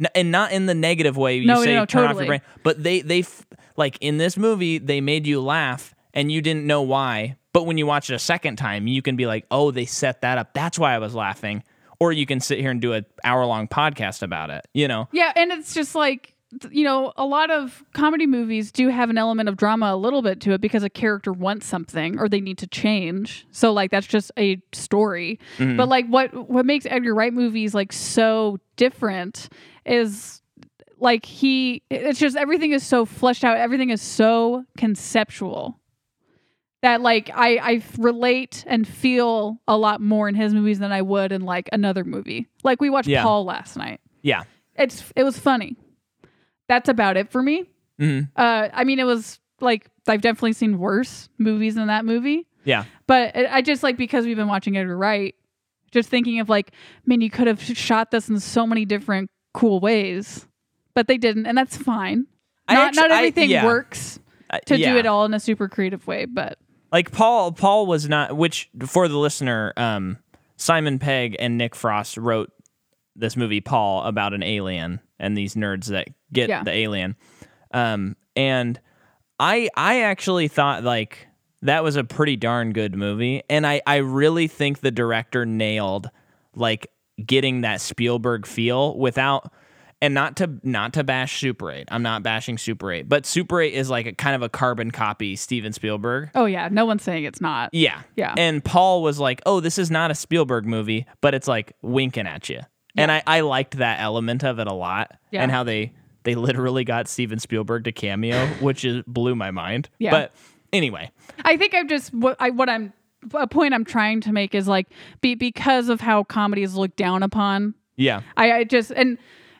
Speaker 1: N- And not in the negative way you
Speaker 2: No, no,
Speaker 1: say
Speaker 2: no,
Speaker 1: turn off your
Speaker 2: totally.
Speaker 1: brain, but they they f- like in this movie they made you laugh and you didn't know why. But when you watch it a second time, you can be like, "Oh, they set that up. That's why I was laughing." Or you can sit here and do an hour long podcast about it. You know,
Speaker 2: Yeah, and it's just like th- you know, a lot of comedy movies do have an element of drama a little bit to it because a character wants something or they need to change. So like that's just a story.
Speaker 1: Mm-hmm.
Speaker 2: But like what what makes Edgar Wright movies like so different is like he it's just everything is so fleshed out, everything is so conceptual. That like I I relate and feel a lot more in his movies than I would in like another movie. Like we watched
Speaker 1: Yeah.
Speaker 2: Paul last night
Speaker 1: yeah,
Speaker 2: it's it was funny. That's about it for me.
Speaker 1: Mhm.
Speaker 2: Uh, I mean, it was like I've definitely seen worse movies than that movie,
Speaker 1: yeah.
Speaker 2: but it, I just like because we've been watching Edgar Wright, just thinking of like, man, you could have shot this in so many different cool ways, but they didn't, and that's fine.
Speaker 1: I
Speaker 2: not
Speaker 1: actu-
Speaker 2: not
Speaker 1: I-
Speaker 2: everything
Speaker 1: yeah.
Speaker 2: works
Speaker 1: I-
Speaker 2: to
Speaker 1: yeah.
Speaker 2: do it all in a super creative way, but
Speaker 1: like paul paul was not which for the listener um simon pegg and nick frost wrote this movie paul about an alien and these nerds that get
Speaker 2: Yeah.
Speaker 1: the alien um and i i actually thought like that was a pretty darn good movie and i i really think the director nailed like getting that spielberg feel without and not to not to bash super 8 i'm not bashing super 8 but super 8 is like a kind of a carbon copy steven spielberg
Speaker 2: oh yeah, no one's saying it's not.
Speaker 1: yeah.
Speaker 2: Yeah.
Speaker 1: And Paul was like, oh, this is not a Spielberg movie, but it's like winking at you. And I, I liked that element of it a lot
Speaker 2: Yeah.
Speaker 1: and how they, they literally got Steven Spielberg to cameo, which is, blew my mind.
Speaker 2: Yeah.
Speaker 1: But anyway,
Speaker 2: I think I'm just what I what I'm a point I'm trying to make is like be because of how comedy is looked down upon.
Speaker 1: yeah.
Speaker 2: I, I just and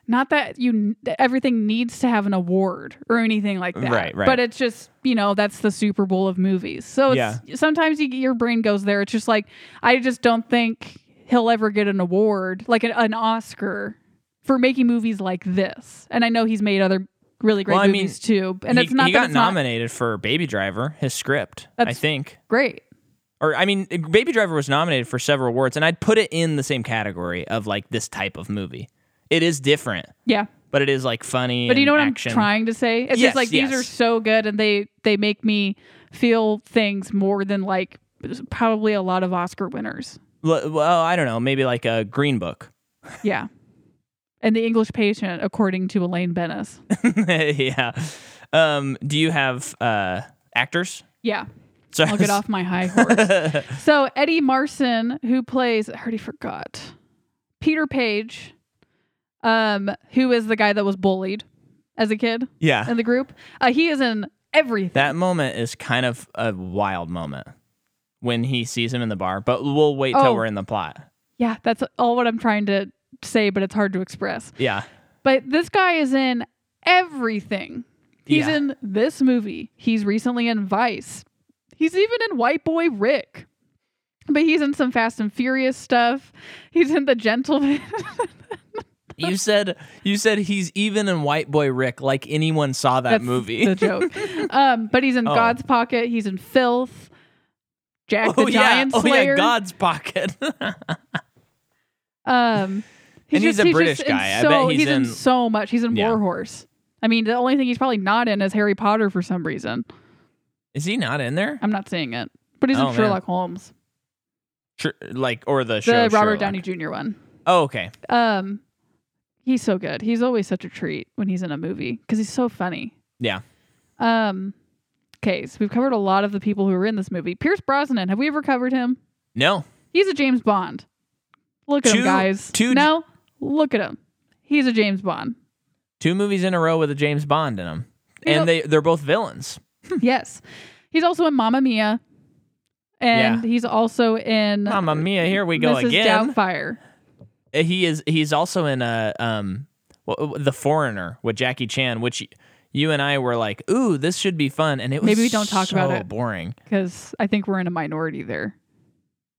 Speaker 2: not that you that everything needs to have an award or anything like that.
Speaker 1: Right, right.
Speaker 2: But it's just you know that's the Super Bowl of movies. So it's, sometimes you, your brain goes there. It's just like I just don't think he'll ever get an award like an, an Oscar for making movies like this. And I know he's made other really great
Speaker 1: Well, I mean,
Speaker 2: movies too. And
Speaker 1: he,
Speaker 2: it's not
Speaker 1: he
Speaker 2: that
Speaker 1: got
Speaker 2: it's not
Speaker 1: nominated for Baby Driver, his script, I
Speaker 2: That's-
Speaker 1: think.
Speaker 2: great.
Speaker 1: Or, I mean, Baby Driver was nominated for several awards, and I'd put it in the same category of like this type of movie. It is different,
Speaker 2: Yeah.
Speaker 1: but it is like funny.
Speaker 2: But you
Speaker 1: and
Speaker 2: know what
Speaker 1: action.
Speaker 2: I'm trying to say? It's
Speaker 1: Yes,
Speaker 2: just like
Speaker 1: yes.
Speaker 2: these are so good and they they make me feel things more than like probably a lot of Oscar winners.
Speaker 1: L- Well, I don't know. Maybe like a Green Book.
Speaker 2: Yeah. And the English patient, according to Elaine Bennis.
Speaker 1: <laughs> yeah. Um, do you have uh, actors? <laughs>
Speaker 2: Yeah.
Speaker 1: So
Speaker 2: I'll get off my high horse.
Speaker 1: <laughs>
Speaker 2: so Eddie Marson, who plays I already forgot. Peter Page, um, who is the guy that was bullied as a kid
Speaker 1: Yeah.
Speaker 2: in the group. Uh, he is in everything.
Speaker 1: That moment is kind of a wild moment when he sees him in the bar, but we'll wait till
Speaker 2: Oh.
Speaker 1: we're in the plot.
Speaker 2: yeah, that's all what I'm trying to say, but it's hard to express. <laughs>
Speaker 1: Yeah.
Speaker 2: But this guy is in everything. He's
Speaker 1: Yeah.
Speaker 2: in this movie. He's recently in Vice. He's even in White Boy Rick. But he's in some Fast and Furious stuff. He's in The Gentleman. <laughs>
Speaker 1: You said you said he's even in White Boy Rick, like anyone saw that
Speaker 2: That's
Speaker 1: movie.
Speaker 2: the joke. Um, but he's in
Speaker 1: Oh.
Speaker 2: God's Pocket. He's in Filth. Jack
Speaker 1: <laughs> oh
Speaker 2: the
Speaker 1: yeah.
Speaker 2: Giant
Speaker 1: Oh yeah,
Speaker 2: Slayer.
Speaker 1: God's pocket. <laughs>
Speaker 2: Um,
Speaker 1: And he's a British
Speaker 2: in
Speaker 1: guy. I
Speaker 2: so-
Speaker 1: bet he's
Speaker 2: in
Speaker 1: in-
Speaker 2: so much. He's in
Speaker 1: Yeah.
Speaker 2: Warhorse. I mean, the only thing he's probably not in is Harry Potter for some reason.
Speaker 1: is he not in there?
Speaker 2: I'm not saying it, but he's
Speaker 1: Oh,
Speaker 2: in
Speaker 1: man.
Speaker 2: Sherlock Holmes.
Speaker 1: Sure, like or the,
Speaker 2: the
Speaker 1: show
Speaker 2: Robert
Speaker 1: Sherlock.
Speaker 2: Downey Jr. one.
Speaker 1: Oh okay.
Speaker 2: Um, he's so good. He's always such a treat when he's in a movie because he's so funny.
Speaker 1: Yeah.
Speaker 2: Um, okay, so we've covered a lot of the people who were in this movie. Pierce Brosnan, have we ever covered him?
Speaker 1: No.
Speaker 2: He's a James Bond. Look at
Speaker 1: Two-
Speaker 2: him, guys.
Speaker 1: two-
Speaker 2: no, look at him. He's a James
Speaker 1: <laughs>
Speaker 2: Bond.
Speaker 1: Two movies in a row with a James Bond in them,
Speaker 2: You know-
Speaker 1: and they they're both villains.
Speaker 2: yes. He's also in Mamma Mia. And he's also in <laughs>
Speaker 1: Mamma mia, here we go
Speaker 2: Mrs.
Speaker 1: again. Uh,
Speaker 2: Doubtfire.
Speaker 1: He is he's also in a um wh- the foreigner with Jackie Chan, which you and I were like, ooh, this should be fun, and it was
Speaker 2: Maybe we don't talk
Speaker 1: so
Speaker 2: about it.
Speaker 1: Boring.
Speaker 2: Because I think we're in a minority there.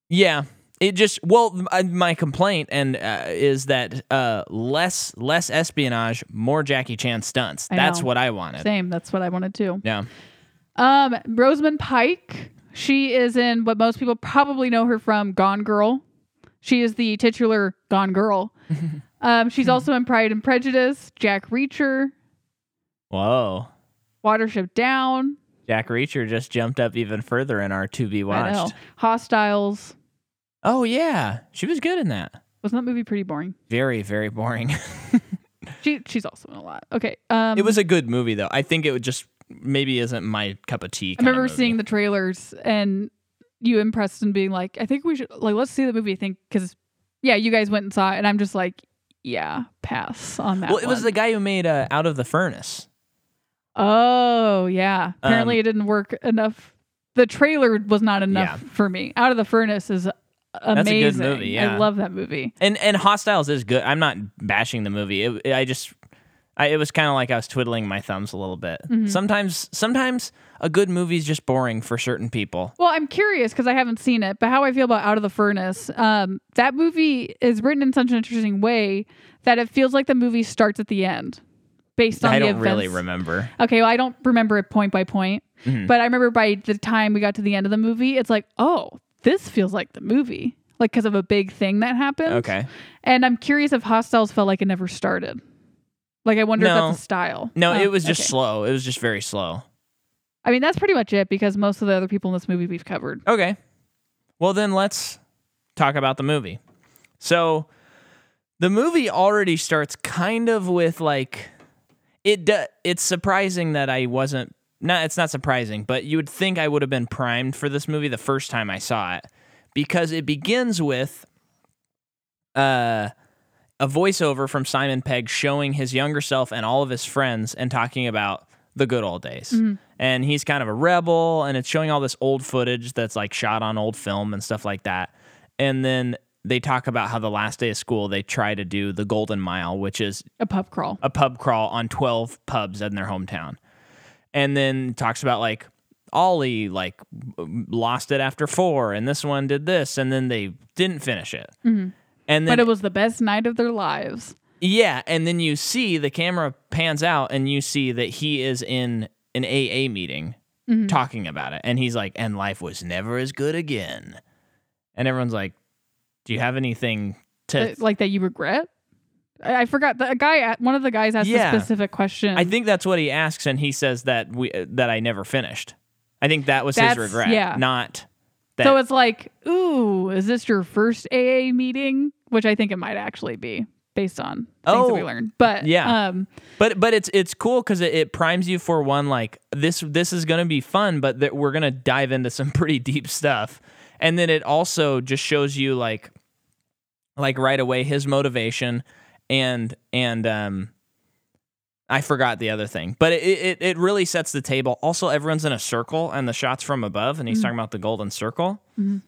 Speaker 1: Yeah. It just well, m- I- my complaint and uh, is that uh, less less espionage, more Jackie Chan stunts.
Speaker 2: I
Speaker 1: That's
Speaker 2: know.
Speaker 1: what I wanted.
Speaker 2: Same. That's what I wanted too.
Speaker 1: Yeah,
Speaker 2: Um, Rosamund Pike. She is in what most people probably know her from Gone Girl. She is the titular Gone Girl.
Speaker 1: <laughs>
Speaker 2: um, she's also in Pride and Prejudice, Jack Reacher,
Speaker 1: whoa,
Speaker 2: Watership Down.
Speaker 1: Jack Reacher just jumped up even further in our to be
Speaker 2: I know.
Speaker 1: watched.
Speaker 2: Hostiles.
Speaker 1: Oh yeah, she was good in that.
Speaker 2: Wasn't that movie pretty boring?
Speaker 1: Very very boring. <laughs>
Speaker 2: She she's also in a lot. Okay. Um,
Speaker 1: it was a good movie though. I think it would just maybe isn't my cup of tea.
Speaker 2: I remember seeing the trailers and you and Preston being like, "I think we should like let's see the movie." I think because yeah, you guys went and saw it, and I'm just like, yeah, pass on that.
Speaker 1: Well, it was
Speaker 2: one."
Speaker 1: the guy who made uh, Out of the Furnace.
Speaker 2: Oh yeah. Apparently,
Speaker 1: Um,
Speaker 2: it didn't work enough. The trailer was not enough for me. Out of the furnace is
Speaker 1: a
Speaker 2: amazing.
Speaker 1: good movie, yeah.
Speaker 2: I love that movie.
Speaker 1: And and Hostiles is good. I'm not bashing the movie. It, I just I, it was kind of like I was twiddling my thumbs a little bit.
Speaker 2: Mm-hmm.
Speaker 1: Sometimes sometimes a good movie is just boring for certain people.
Speaker 2: Well, I'm curious because I haven't seen it, but how I feel about Out of the Furnace. Um, that movie is written in such an interesting way that it feels like the movie starts at the end, based on
Speaker 1: I
Speaker 2: the
Speaker 1: don't really
Speaker 2: events.
Speaker 1: remember.
Speaker 2: Okay, well, I don't remember it point by point,
Speaker 1: Mm-hmm.
Speaker 2: but I remember by the time we got to the end of the movie, it's like, oh, this feels like the movie, like because of a big thing that happened.
Speaker 1: Okay.
Speaker 2: And I'm curious if Hostiles felt like it never started. Like I wonder
Speaker 1: No.
Speaker 2: if that's a style.
Speaker 1: No,
Speaker 2: Oh,
Speaker 1: it was just
Speaker 2: okay.
Speaker 1: slow. It was just very slow.
Speaker 2: I mean, that's pretty much it because most of the other people in this movie we've covered.
Speaker 1: Okay. Well, then let's talk about the movie. So, the movie already starts kind of with like it do, it's surprising that I wasn't not it's not surprising, but you would think I would have been primed for this movie the first time I saw it because it begins with uh a voiceover from Simon Pegg showing his younger self and all of his friends and talking about the good old days. And he's kind of a rebel, and it's showing all this old footage that's like shot on old film and stuff like that. And then they talk about how the last day of school they try to do the Golden Mile, which is
Speaker 2: A pub crawl.
Speaker 1: a pub crawl on 12 pubs in their hometown. And then talks about like Ollie like w- lost it after 4 and this one did this and then they didn't finish it. And then
Speaker 2: But it was the best night of their lives.
Speaker 1: yeah, and then you see the camera pans out and you see that he is in an AA meeting
Speaker 2: Mm-hmm.
Speaker 1: talking about it. And he's like, and life was never as good again. And everyone's like, do you have anything to.
Speaker 2: That- like that you regret? I, I forgot. The, a guy, a- one of the guys asked
Speaker 1: Yeah.
Speaker 2: a specific question.
Speaker 1: I think that's what he asks. And he says that we uh, that I never finished. I think that was
Speaker 2: That's-
Speaker 1: his regret.
Speaker 2: yeah.
Speaker 1: Not that.
Speaker 2: so it's like, ooh, is this your first AA meeting? Which I think it might actually be based on things that we
Speaker 1: Oh,
Speaker 2: learned. But
Speaker 1: yeah.
Speaker 2: um,
Speaker 1: But but it's it's cool because it, it primes you for one like this this is gonna be fun, but that we're gonna dive into some <laughs> pretty deep stuff, and then it also just shows you like like right away his motivation and and um I forgot the other thing, but it, it it really sets the table. Also, everyone's in a circle and the shots from above, and he's
Speaker 2: Mm-hmm.
Speaker 1: talking about the golden circle
Speaker 2: Mhm.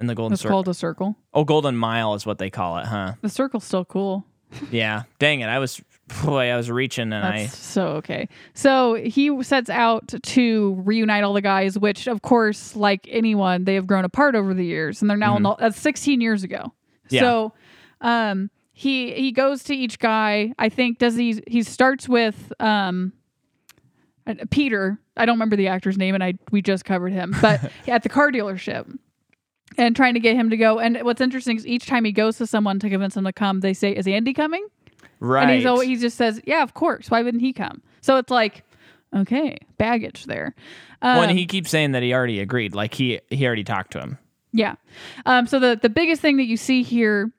Speaker 1: and the golden
Speaker 2: it's
Speaker 1: circle.
Speaker 2: called a circle.
Speaker 1: Oh, golden mile is what they call it, huh?
Speaker 2: The circle's still cool.
Speaker 1: yeah, dang it, I was boy, I was reaching and I.
Speaker 2: That's so okay. So he sets out to reunite all the guys, which, of course, like anyone, they have grown apart over the years, and they're now in the, that's 16 years ago.
Speaker 1: Mm-hmm. Yeah.
Speaker 2: So, um, he he goes to each guy. I think does he he starts with um. uh, Peter, I don't remember the actor's name, and I we just covered him,
Speaker 1: <laughs>
Speaker 2: but at the car dealership, and trying to get him to go. And what's interesting is each time he goes to someone to convince them to come, they say, "Is Andy coming?"
Speaker 1: Right.
Speaker 2: And he's always, he just says, "Yeah, of course. Why wouldn't he come?" So it's like, okay, baggage there. Um,
Speaker 1: When he keeps saying that he already agreed, like he he already talked to him.
Speaker 2: yeah. Um, so the the biggest thing that you see here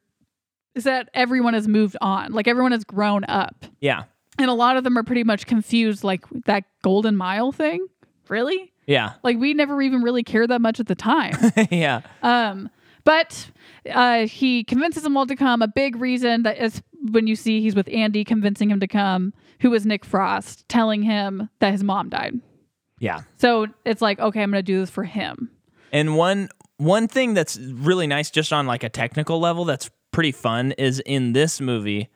Speaker 2: is that everyone has moved on. Like everyone has grown up,
Speaker 1: Yeah,
Speaker 2: and a lot of them are pretty much confused. Like that Golden Mile thing, really?
Speaker 1: yeah, <laughs>
Speaker 2: Like we never even really cared that much at the time.
Speaker 1: yeah.
Speaker 2: um, But uh, he convinces them all to come. A big reason that is when you see he's with Andy convincing him to come, who was Nick Frost, telling him that his mom died.
Speaker 1: Yeah.
Speaker 2: So it's like, okay, I'm going to do this for him.
Speaker 1: And one one thing that's really nice, just on like a technical level, that's pretty fun, is in this movie,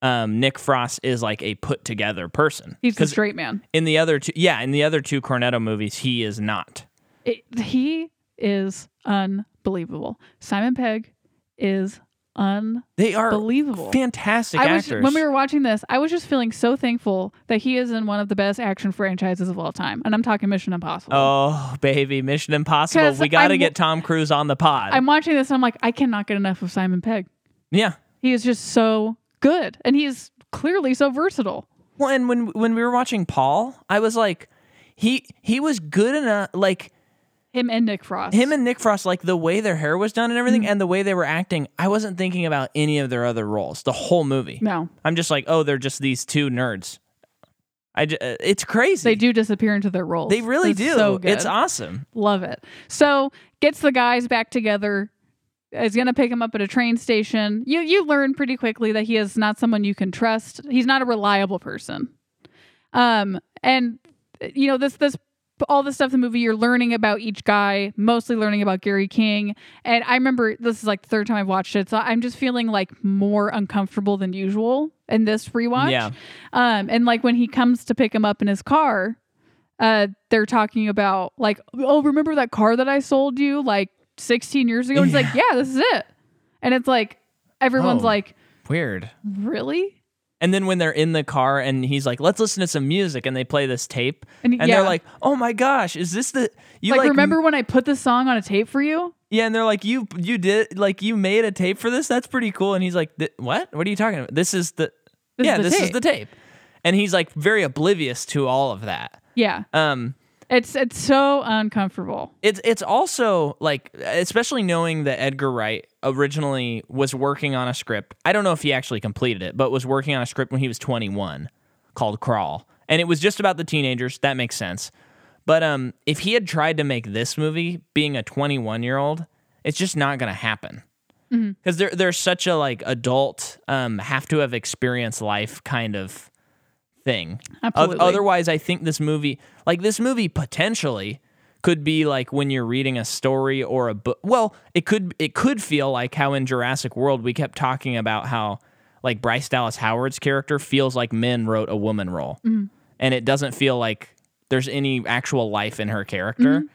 Speaker 1: um, Nick Frost is like a put together person.
Speaker 2: He's the
Speaker 1: 'Cause
Speaker 2: straight man.
Speaker 1: in the other two, yeah, in the other two Cornetto movies, he is not.
Speaker 2: It, he is unbelievable. Simon Pegg is unbelievable.
Speaker 1: They are fantastic
Speaker 2: I was
Speaker 1: actors.
Speaker 2: when we were watching this, I was just feeling so thankful that he is in one of the best action franchises of all time, and I'm talking Mission Impossible.
Speaker 1: oh baby, Mission Impossible.
Speaker 2: 'Cause
Speaker 1: We got to
Speaker 2: I'm-
Speaker 1: get Tom Cruise on the pod.
Speaker 2: I'm watching this, and I'm like, I cannot get enough of Simon Pegg.
Speaker 1: yeah.
Speaker 2: He is just so good, and he is clearly so versatile.
Speaker 1: Well, and when when we were watching Paul, I was like, he he was good enough. Like
Speaker 2: Him and Nick Frost.
Speaker 1: him and Nick Frost, like the way their hair was done and everything,
Speaker 2: Mm-hmm.
Speaker 1: and the way they were acting. I wasn't thinking about any of their other roles. The whole movie,
Speaker 2: no,
Speaker 1: I'm just like, oh, they're just these two nerds. I j- uh, it's crazy.
Speaker 2: they do disappear into their roles.
Speaker 1: They really
Speaker 2: It's
Speaker 1: do.
Speaker 2: So good.
Speaker 1: It's awesome.
Speaker 2: Love it. So gets the guys back together. Is gonna pick him up at a train station. You you learn pretty quickly that he is not someone you can trust. He's not a reliable person. Um, and you know this this all the stuff in the movie you're learning about each guy, mostly learning about Gary King. And I remember this is like the third time I've watched it, so I'm just feeling like more uncomfortable than usual in this rewatch.
Speaker 1: Yeah.
Speaker 2: Um, and like when he comes to pick him up in his car, uh, they're talking about like, oh, remember that car that I sold you like 16 years ago? And he's like, yeah, this is it. And it's like everyone's
Speaker 1: Oh.
Speaker 2: like,
Speaker 1: Weird.
Speaker 2: really?
Speaker 1: And then when they're in the car and he's like, "Let's listen to some music," and they play this tape,
Speaker 2: And
Speaker 1: and,
Speaker 2: he-
Speaker 1: they're
Speaker 2: yeah.
Speaker 1: like, "Oh my gosh, is this the you
Speaker 2: Like, remember when I put this song on a tape for you?
Speaker 1: Yeah, and they're like, "You you did like you made a tape for this? That's pretty cool." And he's like, "Th- "What? What are you talking about? This is the
Speaker 2: This is
Speaker 1: yeah,
Speaker 2: the
Speaker 1: this is
Speaker 2: tape."
Speaker 1: the tape." And he's like very oblivious to all of that.
Speaker 2: Yeah.
Speaker 1: Um,
Speaker 2: It's it's so uncomfortable.
Speaker 1: it's it's also like especially knowing that Edgar Wright originally was working on a script. I don't know if he actually completed it, but was working on a script when he was 21 called Crawl. And it was just about the teenagers. That makes sense. But um if he had tried to make this movie being a 21-year-old, it's just not going to happen. Cuz they're they're such a like adult um have to have experienced life kind of thing. Oth-
Speaker 2: Absolutely.
Speaker 1: otherwise, I think this movie, like this movie, potentially could be like when you're reading a story or a book. Well, it could it could feel like how in Jurassic World we kept talking about how like Bryce Dallas Howard's character feels like men wrote a woman role,
Speaker 2: Mm-hmm.
Speaker 1: and it doesn't feel like there's any actual life in her character.
Speaker 2: Mm-hmm.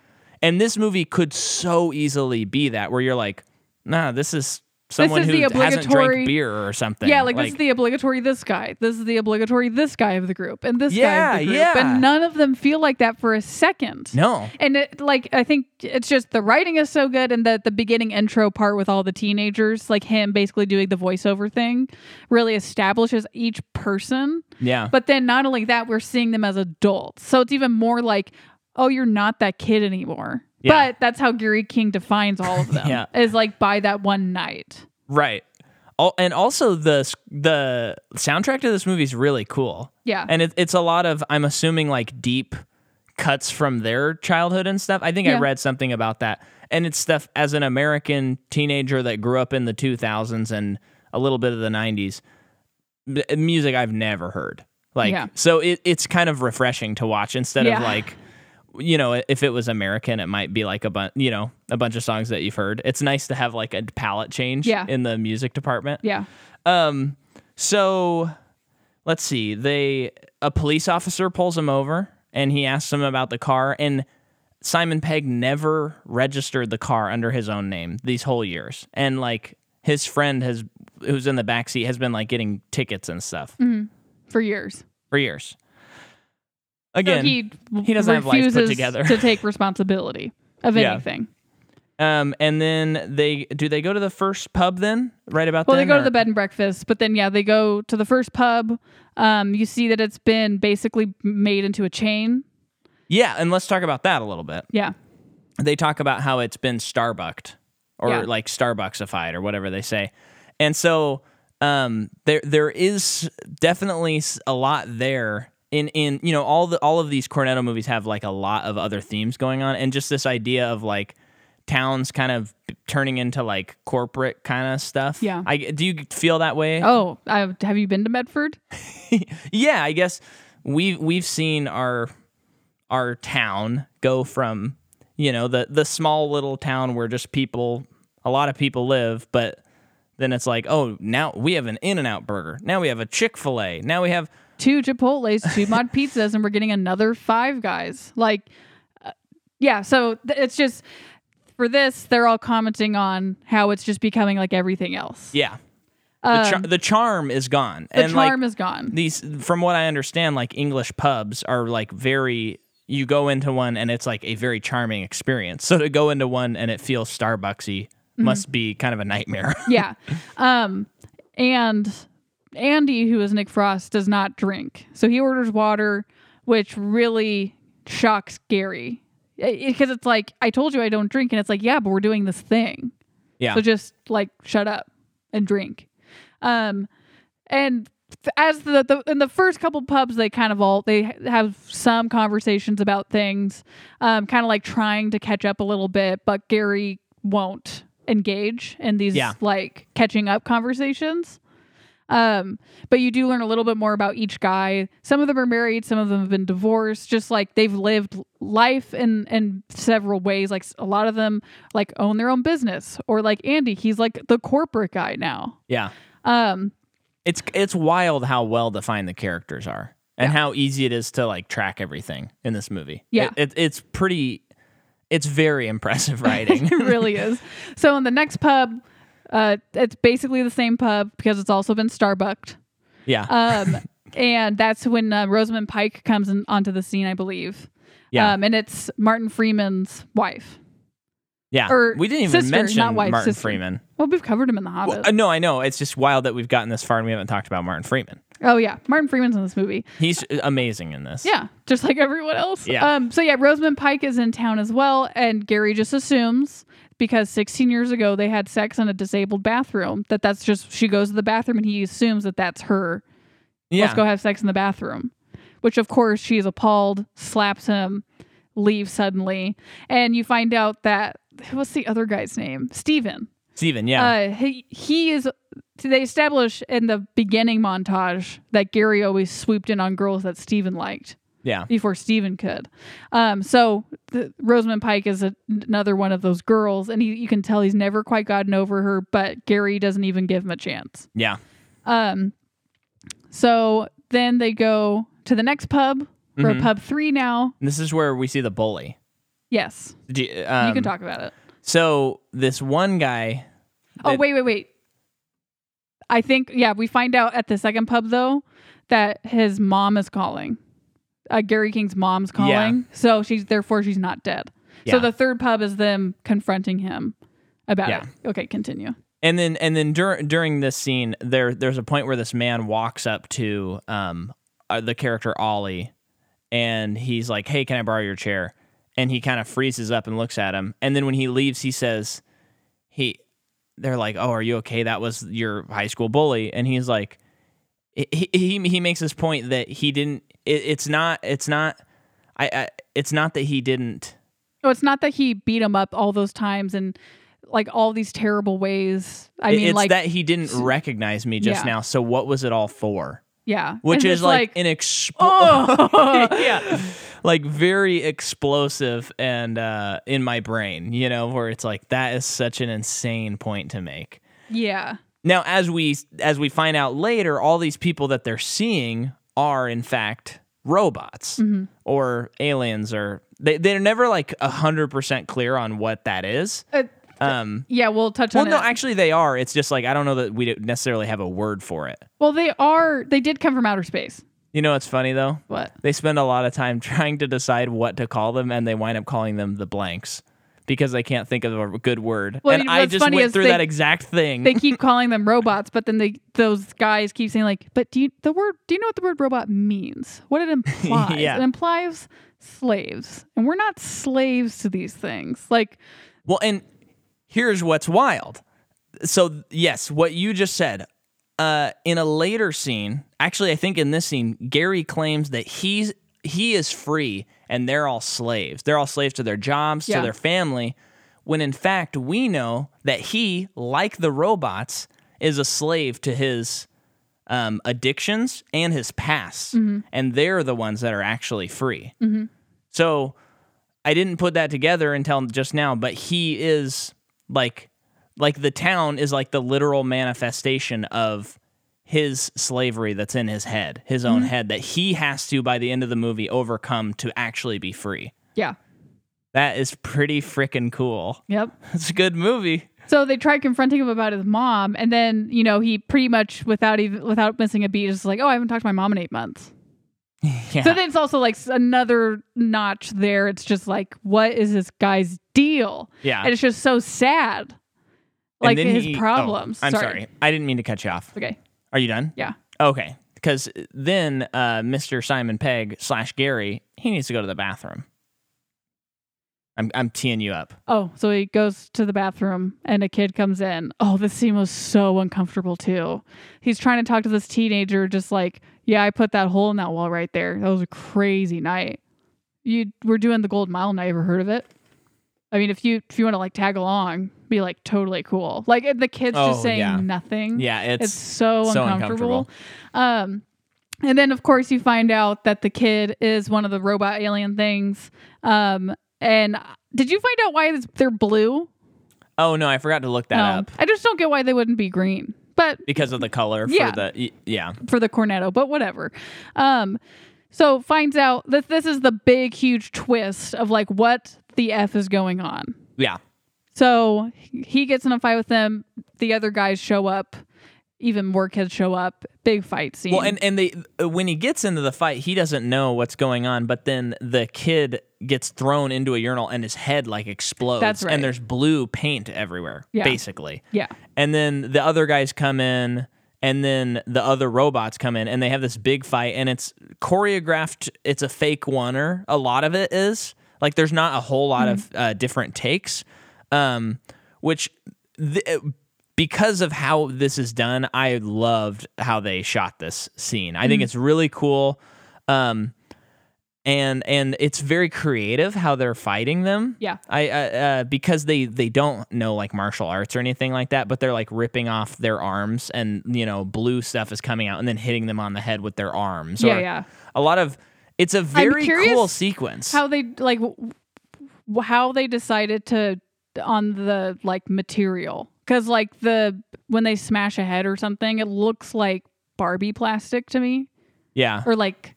Speaker 1: And this movie could so easily be that where you're like, nah, this is someone
Speaker 2: is
Speaker 1: who
Speaker 2: the
Speaker 1: hasn't
Speaker 2: obligatory-
Speaker 1: drank beer or something.
Speaker 2: Yeah, like, this is the obligatory this guy. This is the obligatory this guy of the group and this guy
Speaker 1: Yeah,
Speaker 2: of the group.
Speaker 1: yeah.
Speaker 2: And none of them feel like that for a second.
Speaker 1: no.
Speaker 2: And it, like I think it's just the writing is so good, and the the beginning intro part with all the teenagers, like him basically doing the voiceover thing, really establishes each person.
Speaker 1: Yeah.
Speaker 2: But then not only that, we're seeing them as adults, so it's even more like, oh, you're not that kid anymore.
Speaker 1: Yeah.
Speaker 2: But that's how Gary King defines all
Speaker 1: <laughs>
Speaker 2: of them.
Speaker 1: Yeah.
Speaker 2: is like by that one night.
Speaker 1: Right. Al- and also the s- the soundtrack to this movie is really cool.
Speaker 2: Yeah.
Speaker 1: And it, it's a lot of I'm assuming like deep cuts from their childhood and stuff. I think
Speaker 2: Yeah.
Speaker 1: I read something about that. And it's stuff as an American teenager that grew up in the 2000s and a little bit of the 90s. m- eh, Music I've never heard. Like
Speaker 2: Yeah.
Speaker 1: so it, it's kind of refreshing to watch instead
Speaker 2: Yeah.
Speaker 1: of like you know, if it was American, it might be like a bunch, you know, a bunch of songs that you've heard. It's nice to have like a palette change
Speaker 2: Yeah.
Speaker 1: in the music department.
Speaker 2: yeah.
Speaker 1: Um, so let's see. They a police officer pulls him over and he asks him about the car and Simon Pegg never registered the car under his own name these whole years. And like his friend has who's in the backseat has been like getting tickets and stuff
Speaker 2: For years.
Speaker 1: for years.
Speaker 2: So
Speaker 1: Again,
Speaker 2: he
Speaker 1: he doesn't have life put
Speaker 2: refuses
Speaker 1: together.
Speaker 2: to take responsibility of
Speaker 1: <laughs> Yeah.
Speaker 2: anything.
Speaker 1: Um, and then they do they go to the first pub then right about
Speaker 2: Well,
Speaker 1: then,
Speaker 2: they go
Speaker 1: or-
Speaker 2: to the bed and breakfast, but then yeah, they go to the first pub. Um, you see that it's been basically made into a chain.
Speaker 1: yeah, and let's talk about that a little bit.
Speaker 2: Yeah,
Speaker 1: They talk about how it's been Starbucked or
Speaker 2: Yeah.
Speaker 1: like Starbucksified or whatever they say, and so um, there there is definitely s- a lot there. In, in you know all the all of these Cornetto movies have like a lot of other themes going on and just this idea of like towns kind of turning into like corporate kind of stuff.
Speaker 2: Yeah.
Speaker 1: I, do you feel that way?
Speaker 2: Oh, I, have you been to Medford?
Speaker 1: yeah, I guess we we've seen our our town go from you know the the small little town where just people a lot of people live, but then it's like oh now we have an In and Out Burger, now we have a Chick fil A, now we have
Speaker 2: Two Chipotle's,
Speaker 1: <laughs>
Speaker 2: two Mod Pizzas, and we're getting another Five Guys. Like, uh, yeah. So th- it's just for this, they're all commenting on how it's just becoming like everything else.
Speaker 1: yeah the, char- the charm is gone
Speaker 2: Um, The
Speaker 1: and like
Speaker 2: charm is gone.
Speaker 1: these from what I understand like English pubs are like very you go into one and it's like a very charming experience. So to go into one and it feels Starbucksy
Speaker 2: Mm-hmm.
Speaker 1: must be kind of a nightmare. <laughs>
Speaker 2: yeah. Um, and Andy, who is Nick Frost, does not drink. So he orders water, which really shocks Gary because it's like, I told you I don't drink. And it's like, yeah, but we're doing this thing.
Speaker 1: yeah.
Speaker 2: So just like shut up and drink. Um, and th- as the, the in the first couple pubs, they kind of all they ha- have some conversations about things, um, kind of like trying to catch up a little bit, but Gary won't engage in these
Speaker 1: Yeah.
Speaker 2: like catching up conversations. Um, but you do learn a little bit more about each guy. Some of them are married, some of them have been divorced, just like they've lived life in in several ways. Like s- a lot of them like own their own business or like Andy, he's like the corporate guy now.
Speaker 1: yeah.
Speaker 2: Um,
Speaker 1: It's it's wild how well defined the characters are and how easy it is to like track everything in this movie.
Speaker 2: Yeah.
Speaker 1: It, it, it's pretty it's very <laughs> impressive writing. <laughs>
Speaker 2: <laughs> it really is. So in the next pub, uh, it's basically the same pub because it's also been Starbucked.
Speaker 1: yeah. <laughs>
Speaker 2: Um, and that's when uh, Rosamund Pike comes in, onto the scene, I believe.
Speaker 1: Yeah.
Speaker 2: Um, and it's Martin Freeman's wife.
Speaker 1: yeah.
Speaker 2: or
Speaker 1: we didn't even
Speaker 2: sister,
Speaker 1: mention
Speaker 2: not wife,
Speaker 1: Martin
Speaker 2: sister.
Speaker 1: Freeman.
Speaker 2: Well, we've covered him in The Hobbit.
Speaker 1: Well, uh, no, I know. It's just wild that we've gotten this far and we haven't talked about Martin Freeman.
Speaker 2: oh yeah, Martin Freeman's in this movie.
Speaker 1: He's amazing in this.
Speaker 2: Yeah, just like everyone else.
Speaker 1: Yeah.
Speaker 2: Um, so yeah, Rosamund Pike is in town as well, and Gary just assumes because 16 years ago they had sex in a disabled bathroom that that's just she goes to the bathroom and he assumes that that's her.
Speaker 1: Yeah.
Speaker 2: Let's go have sex in the bathroom, which of course she is appalled, slaps him, leaves suddenly, and you find out that what's the other guy's name? Steven.
Speaker 1: Steven, yeah.
Speaker 2: Uh, he, he is. They establish in the beginning montage that Gary always swooped in on girls that Steven liked
Speaker 1: yeah.
Speaker 2: before Steven could. Um, so the, Rosamund Pike is a, another one of those girls, and he, you can tell he's never quite gotten over her, but Gary doesn't even give him a chance.
Speaker 1: Yeah.
Speaker 2: Um, so then they go to the next pub, or
Speaker 1: Mhm.
Speaker 2: pub three now.
Speaker 1: This is where we see the bully.
Speaker 2: Yes,
Speaker 1: Do you- um,
Speaker 2: you can talk about it.
Speaker 1: So this one guy.
Speaker 2: Oh,
Speaker 1: that-
Speaker 2: wait, wait, wait. I think, yeah, we find out at the second pub, though, that his mom is calling. Uh, Gary King's mom's calling.
Speaker 1: Yeah.
Speaker 2: So she's, therefore, she's not dead. So
Speaker 1: Yeah.
Speaker 2: the third pub is them confronting him about
Speaker 1: Yeah.
Speaker 2: it. Okay, continue.
Speaker 1: And then and then dur- during this scene, there there's a point where this man walks up to um uh, the character Ollie, and he's like, "Hey, can I borrow your chair?" And he kind of freezes up and looks at him. And then when he leaves, he says, "He." They're like, "Oh, are you okay? That was your high school bully." And he's like, he he, he makes this point that he didn't. It, it's not. It's not. I, I. It's not that he didn't.
Speaker 2: No, it's not that he beat him up all those times and like all these terrible ways. I
Speaker 1: It-
Speaker 2: mean,
Speaker 1: it's
Speaker 2: like,
Speaker 1: that he didn't recognize me just
Speaker 2: Yeah.
Speaker 1: now. So what was it all for?
Speaker 2: yeah.
Speaker 1: Which
Speaker 2: And
Speaker 1: is
Speaker 2: it's
Speaker 1: like, an expl-
Speaker 2: oh,
Speaker 1: <laughs>
Speaker 2: <laughs>
Speaker 1: yeah, like very explosive and uh, in my brain, you know, where it's like that is such an insane point to make.
Speaker 2: yeah.
Speaker 1: Now, as we as we find out later, all these people that they're seeing are in fact robots
Speaker 2: Mm-hmm.
Speaker 1: or aliens, or they they're never like hundred percent clear on what that is.
Speaker 2: Uh,
Speaker 1: Um,
Speaker 2: yeah, we'll touch
Speaker 1: well,
Speaker 2: on
Speaker 1: no,
Speaker 2: it.
Speaker 1: actually they are. It's just like I don't know that we don't necessarily have a word for it.
Speaker 2: well, they are, they did come from outer space.
Speaker 1: You know what's funny though?
Speaker 2: What?
Speaker 1: They spend a lot of time <laughs> trying to decide what to call them, and they wind up calling them the blanks because they can't think of a good word.
Speaker 2: Well,
Speaker 1: and
Speaker 2: you-
Speaker 1: I
Speaker 2: what's
Speaker 1: just
Speaker 2: funny
Speaker 1: went
Speaker 2: is
Speaker 1: through
Speaker 2: they-
Speaker 1: that exact thing.
Speaker 2: they keep calling them robots, but then they those guys keep saying like, "But do you the word? Do you know what the word robot means?
Speaker 1: <laughs>
Speaker 2: What it implies?
Speaker 1: Yeah.
Speaker 2: It implies slaves, and we're not slaves to these things. Like,
Speaker 1: well, and here's what's wild. So yes, what you just said. Uh, in a later scene, actually, I think in this scene, Gary claims that he's he is free and they're all slaves. They're all slaves to their jobs,
Speaker 2: Yeah.
Speaker 1: to their family, when in fact we know that he, like the robots, is a slave to his um, addictions and his past. And they're the ones that are actually free. So I didn't put that together until just now, but he is like like the town is like the literal manifestation of his slavery that's in his head, his
Speaker 2: Mm-hmm.
Speaker 1: own head that he has to by the end of the movie overcome to actually be free.
Speaker 2: Yeah.
Speaker 1: That is pretty freaking cool. <laughs>
Speaker 2: Yep.
Speaker 1: It's a good movie. <laughs>
Speaker 2: So they tried confronting him about his mom, and then you know he pretty much without even without missing a beat is just like, oh, I haven't talked to my mom in eight months.
Speaker 1: Yeah.
Speaker 2: So then it's also like s- another notch there. It's just like, what is this guy's deal?
Speaker 1: yeah.
Speaker 2: And it's just so sad. Like
Speaker 1: And then
Speaker 2: his
Speaker 1: he- oh,
Speaker 2: problems.
Speaker 1: I'm sorry. I didn't mean to cut you off.
Speaker 2: Okay.
Speaker 1: Are you done?
Speaker 2: Yeah.
Speaker 1: Okay. Because then uh, Mr. Simon Pegg slash Gary, he needs to go to the bathroom. I'm, I'm teeing you up.
Speaker 2: Oh, so he goes to the bathroom and a kid comes in. Oh, this scene was so uncomfortable too. He's trying to talk to this teenager, just like, yeah, I put that hole in that wall right there. That was a crazy night. You we're doing the Gold Mile night. Ever heard of it? I mean, if you if you want to like tag along, be like totally cool. Like and the kid's
Speaker 1: Oh,
Speaker 2: just saying
Speaker 1: yeah.
Speaker 2: nothing.
Speaker 1: Yeah,
Speaker 2: it's,
Speaker 1: it's,
Speaker 2: so,
Speaker 1: so
Speaker 2: uncomfortable. Um, and then of course you find out that the kid is one of the robot alien things. Um, and did you find out why it's- they're blue?
Speaker 1: Oh no, I forgot to look that
Speaker 2: Um,
Speaker 1: up
Speaker 2: I just don't get why they wouldn't be green, but
Speaker 1: because of the color for
Speaker 2: Yeah.
Speaker 1: the y- yeah.
Speaker 2: for the cornetto. But whatever. Um, so finds out that this is the big huge twist of like what the f is going on.
Speaker 1: Yeah.
Speaker 2: So he gets in a fight with them. The other guys show up. Even more kids show up. Big fight scene.
Speaker 1: Well, and and they uh, when he gets into the fight, he doesn't know what's going on, but then the kid gets thrown into a urinal and his head like explodes
Speaker 2: That's right.
Speaker 1: and there's blue paint everywhere
Speaker 2: Yeah.
Speaker 1: basically.
Speaker 2: yeah.
Speaker 1: And then the other guys come in and then the other robots come in and they have this big fight and it's choreographed, it's a fake oneer. A lot of it is. Like there's not a whole lot of uh, different takes. Um which th- uh, because of how this is done, I loved how they shot this scene.
Speaker 2: Mm.
Speaker 1: I think it's really cool. Um and and it's very creative how they're fighting them.
Speaker 2: Yeah.
Speaker 1: I uh, uh, because they they don't know like martial arts or anything like that, but they're like ripping off their arms and you know blue stuff is coming out and then hitting them on the head with their arms.
Speaker 2: Yeah,
Speaker 1: or
Speaker 2: yeah.
Speaker 1: A lot of it's a very
Speaker 2: curious
Speaker 1: cool sequence.
Speaker 2: how they like w- w- how they decided to on the like material because like the when they smash a head or something it looks like barbie plastic to me
Speaker 1: yeah.
Speaker 2: or like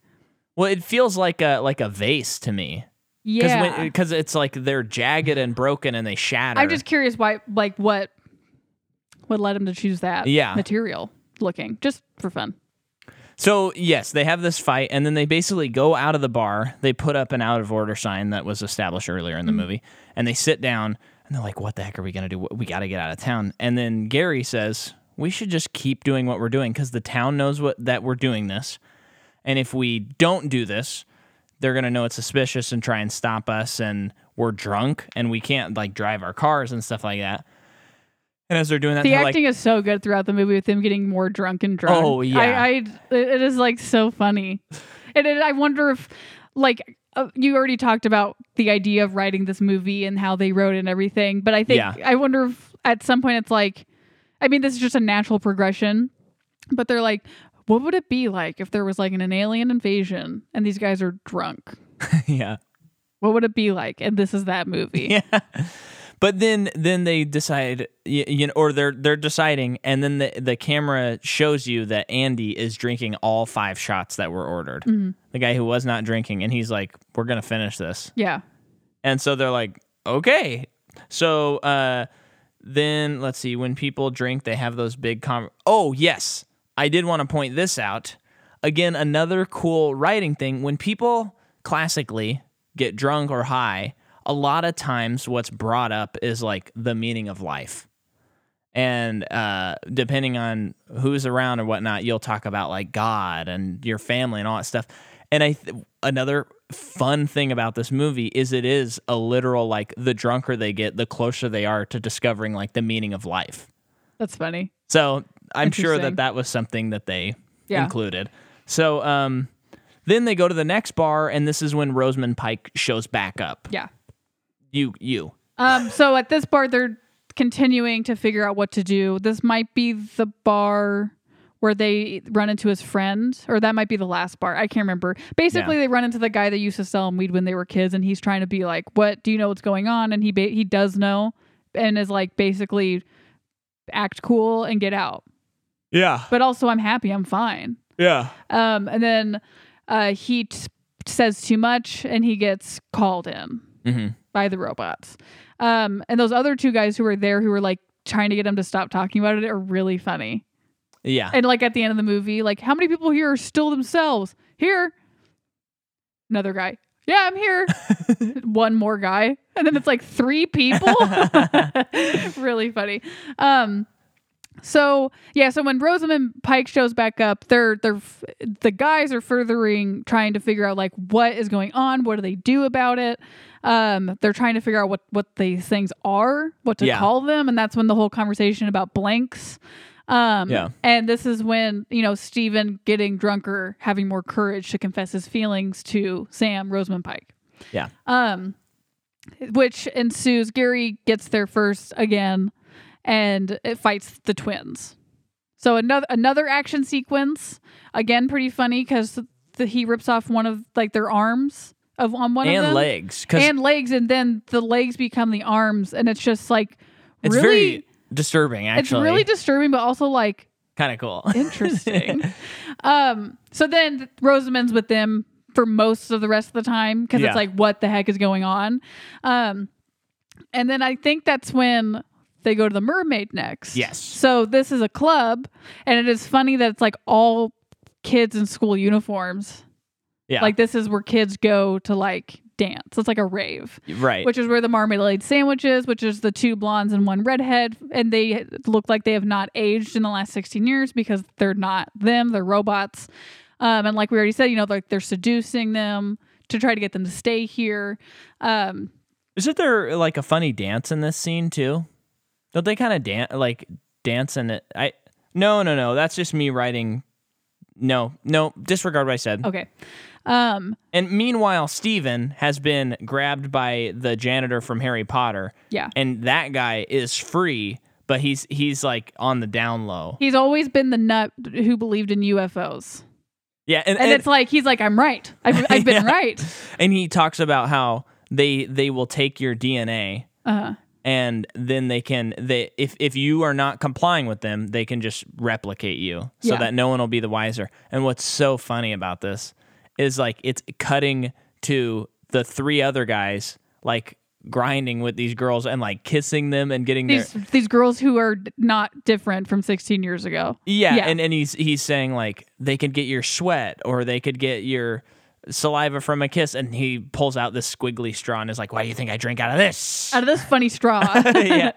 Speaker 1: Well, it feels like a like a vase to me
Speaker 2: yeah
Speaker 1: because because it's like they're jagged and broken and they shatter.
Speaker 2: i'm just curious why like what what led them to choose that
Speaker 1: Yeah.
Speaker 2: material looking just for fun
Speaker 1: So yes, they have this fight, and then they basically go out of the bar. They put up an out of order sign that was established earlier
Speaker 2: Mm.
Speaker 1: in the movie, and they sit down and they're like, "What the heck are we gonna do? What- We got to get out of town." And then Gary says, "We should just keep doing what we're doing because the town knows what that we're doing this, and if we don't do this, they're gonna know it's suspicious and try and stop us, and we're drunk and we can't like drive our cars and stuff like that." And as they're doing that,
Speaker 2: the
Speaker 1: they're like,
Speaker 2: acting is so good throughout the movie with them getting more drunk and drunk.
Speaker 1: Oh, yeah.
Speaker 2: I, I it is like so funny, and it, I wonder if like uh, you already talked about the idea of writing this movie and how they wrote it and everything, but I think
Speaker 1: Yeah.
Speaker 2: I wonder if at some point it's like, I mean, this is just a natural progression, but they're like. What would it be like if there was like an alien invasion and these guys are drunk?
Speaker 1: "Yeah."
Speaker 2: What would it be like? And this is that movie.
Speaker 1: <laughs> yeah. But then then they decide you, you know or they're they're deciding and then the the camera shows you that Andy is drinking all five shots that were ordered. The guy who was not drinking and he's like we're going to finish this.
Speaker 2: yeah.
Speaker 1: And so they're like okay. So uh then let's see when people drink they have those big con- Oh, yes. I did want to point this out. Again, another cool writing thing when people classically get drunk or high, a lot of times what's brought up is like the meaning of life. And uh, depending on who's around and whatnot, you'll talk about like God and your family and all that stuff. And I th- another fun thing about this movie is it is a literal like the drunker they get, the closer they are to discovering like the meaning of life.
Speaker 2: That's funny.
Speaker 1: So I'm sure that
Speaker 2: Interesting.
Speaker 1: that was something that they
Speaker 2: Yeah.
Speaker 1: included. So um, then they go to the next bar, and this is when Rosamund Pike shows back up.
Speaker 2: Yeah.
Speaker 1: You, you,
Speaker 2: Um, so at this bar, they're continuing to figure out what to do. This might be the bar where they run into his friend, or that might be the last bar. I can't remember. Basically, they run into the guy that used to sell them weed when they were kids, and he's trying to be like, "What do you know? What's going on?" And he ba- he does know, and is like basically act cool and get out.
Speaker 1: Yeah.
Speaker 2: But also, I'm happy. I'm fine.
Speaker 1: Yeah.
Speaker 2: Um, and then uh, he t- says too much, and he gets called in
Speaker 1: Mm-hmm.
Speaker 2: by the robots. Um, and those other two guys who were there who were like trying to get him to stop talking about it are really funny.
Speaker 1: Yeah.
Speaker 2: And like at the end of the movie, like how many people here are still themselves? Here, another guy. Yeah,
Speaker 1: <laughs>
Speaker 2: I'm here. One more guy, and then it's like
Speaker 1: <laughs>
Speaker 2: three people. really funny. Um, so yeah, so when Rosamund Pike shows back up, they're they're f- the guys are furthering trying to figure out like what is going on, what do they do about it. Um, they're trying to figure out what what these things are, what to
Speaker 1: Yeah.
Speaker 2: call them, and that's when the whole conversation about blanks. Um,
Speaker 1: Yeah.
Speaker 2: And this is when you know Stephen getting drunker, having more courage to confess his feelings to Sam Rosamund Pike.
Speaker 1: Yeah.
Speaker 2: Um, which ensues. Gary gets there first again, and it fights the twins. So another another action sequence again, pretty funny because he rips off one of like their arms of on one of
Speaker 1: and
Speaker 2: them
Speaker 1: legs because
Speaker 2: and legs, and then the legs become the arms, and it's just like
Speaker 1: it's
Speaker 2: really.
Speaker 1: very disturbing.
Speaker 2: it's
Speaker 1: Actually, <laughs>
Speaker 2: really disturbing, but also like
Speaker 1: kind of cool. <laughs>
Speaker 2: Interesting. um, so then Rosamund's with them for most of the rest of the time because
Speaker 1: Yeah.
Speaker 2: it's like, what the heck is going on? Um, and then I think that's when they go to the mermaid next.
Speaker 1: Yes.
Speaker 2: So this is a club, and it is funny that it's like all kids in school uniforms.
Speaker 1: yeah.
Speaker 2: Like this is where kids go to like dance. It's like a rave
Speaker 1: right.
Speaker 2: which is where the marmalade sandwiches, which is the two blondes and one redhead, and they look like they have not aged in the last 16 years because they're not them, they're robots. Um, and like we already said, you know, like they're seducing them to try to get them to stay here. Um,
Speaker 1: Isn't there like a funny dance in this scene too? Don't they kind of dance like dance in it? I no no no. That's just me writing. No no. Disregard what I said.
Speaker 2: okay. Um,
Speaker 1: And meanwhile, Steven has been grabbed by the janitor from Harry Potter,
Speaker 2: yeah.
Speaker 1: and that guy is free, but he's he's like on the down low.
Speaker 2: He's always been the nut who believed in UFOs.
Speaker 1: Yeah, and
Speaker 2: And
Speaker 1: and,
Speaker 2: it's like, he's like, I'm right.
Speaker 1: <laughs>
Speaker 2: I've, I've been
Speaker 1: Yeah.
Speaker 2: right.
Speaker 1: and he talks about how they they will take your DNA
Speaker 2: Uh,
Speaker 1: and then they can they if if you are not complying with them they can just replicate you so
Speaker 2: Yeah.
Speaker 1: that no one will be the wiser and what's so funny about this is like it's cutting to the three other guys like grinding with these girls and like kissing them and getting their
Speaker 2: these, these girls who are not different from 16 years ago.
Speaker 1: yeah,
Speaker 2: yeah.
Speaker 1: and and he's he's saying like they could get your sweat or they could get your saliva from a kiss and he pulls out this squiggly straw and is like why do you think i drink out of this
Speaker 2: Out of this funny straw.
Speaker 1: <laughs>
Speaker 2: <laughs>
Speaker 1: yeah.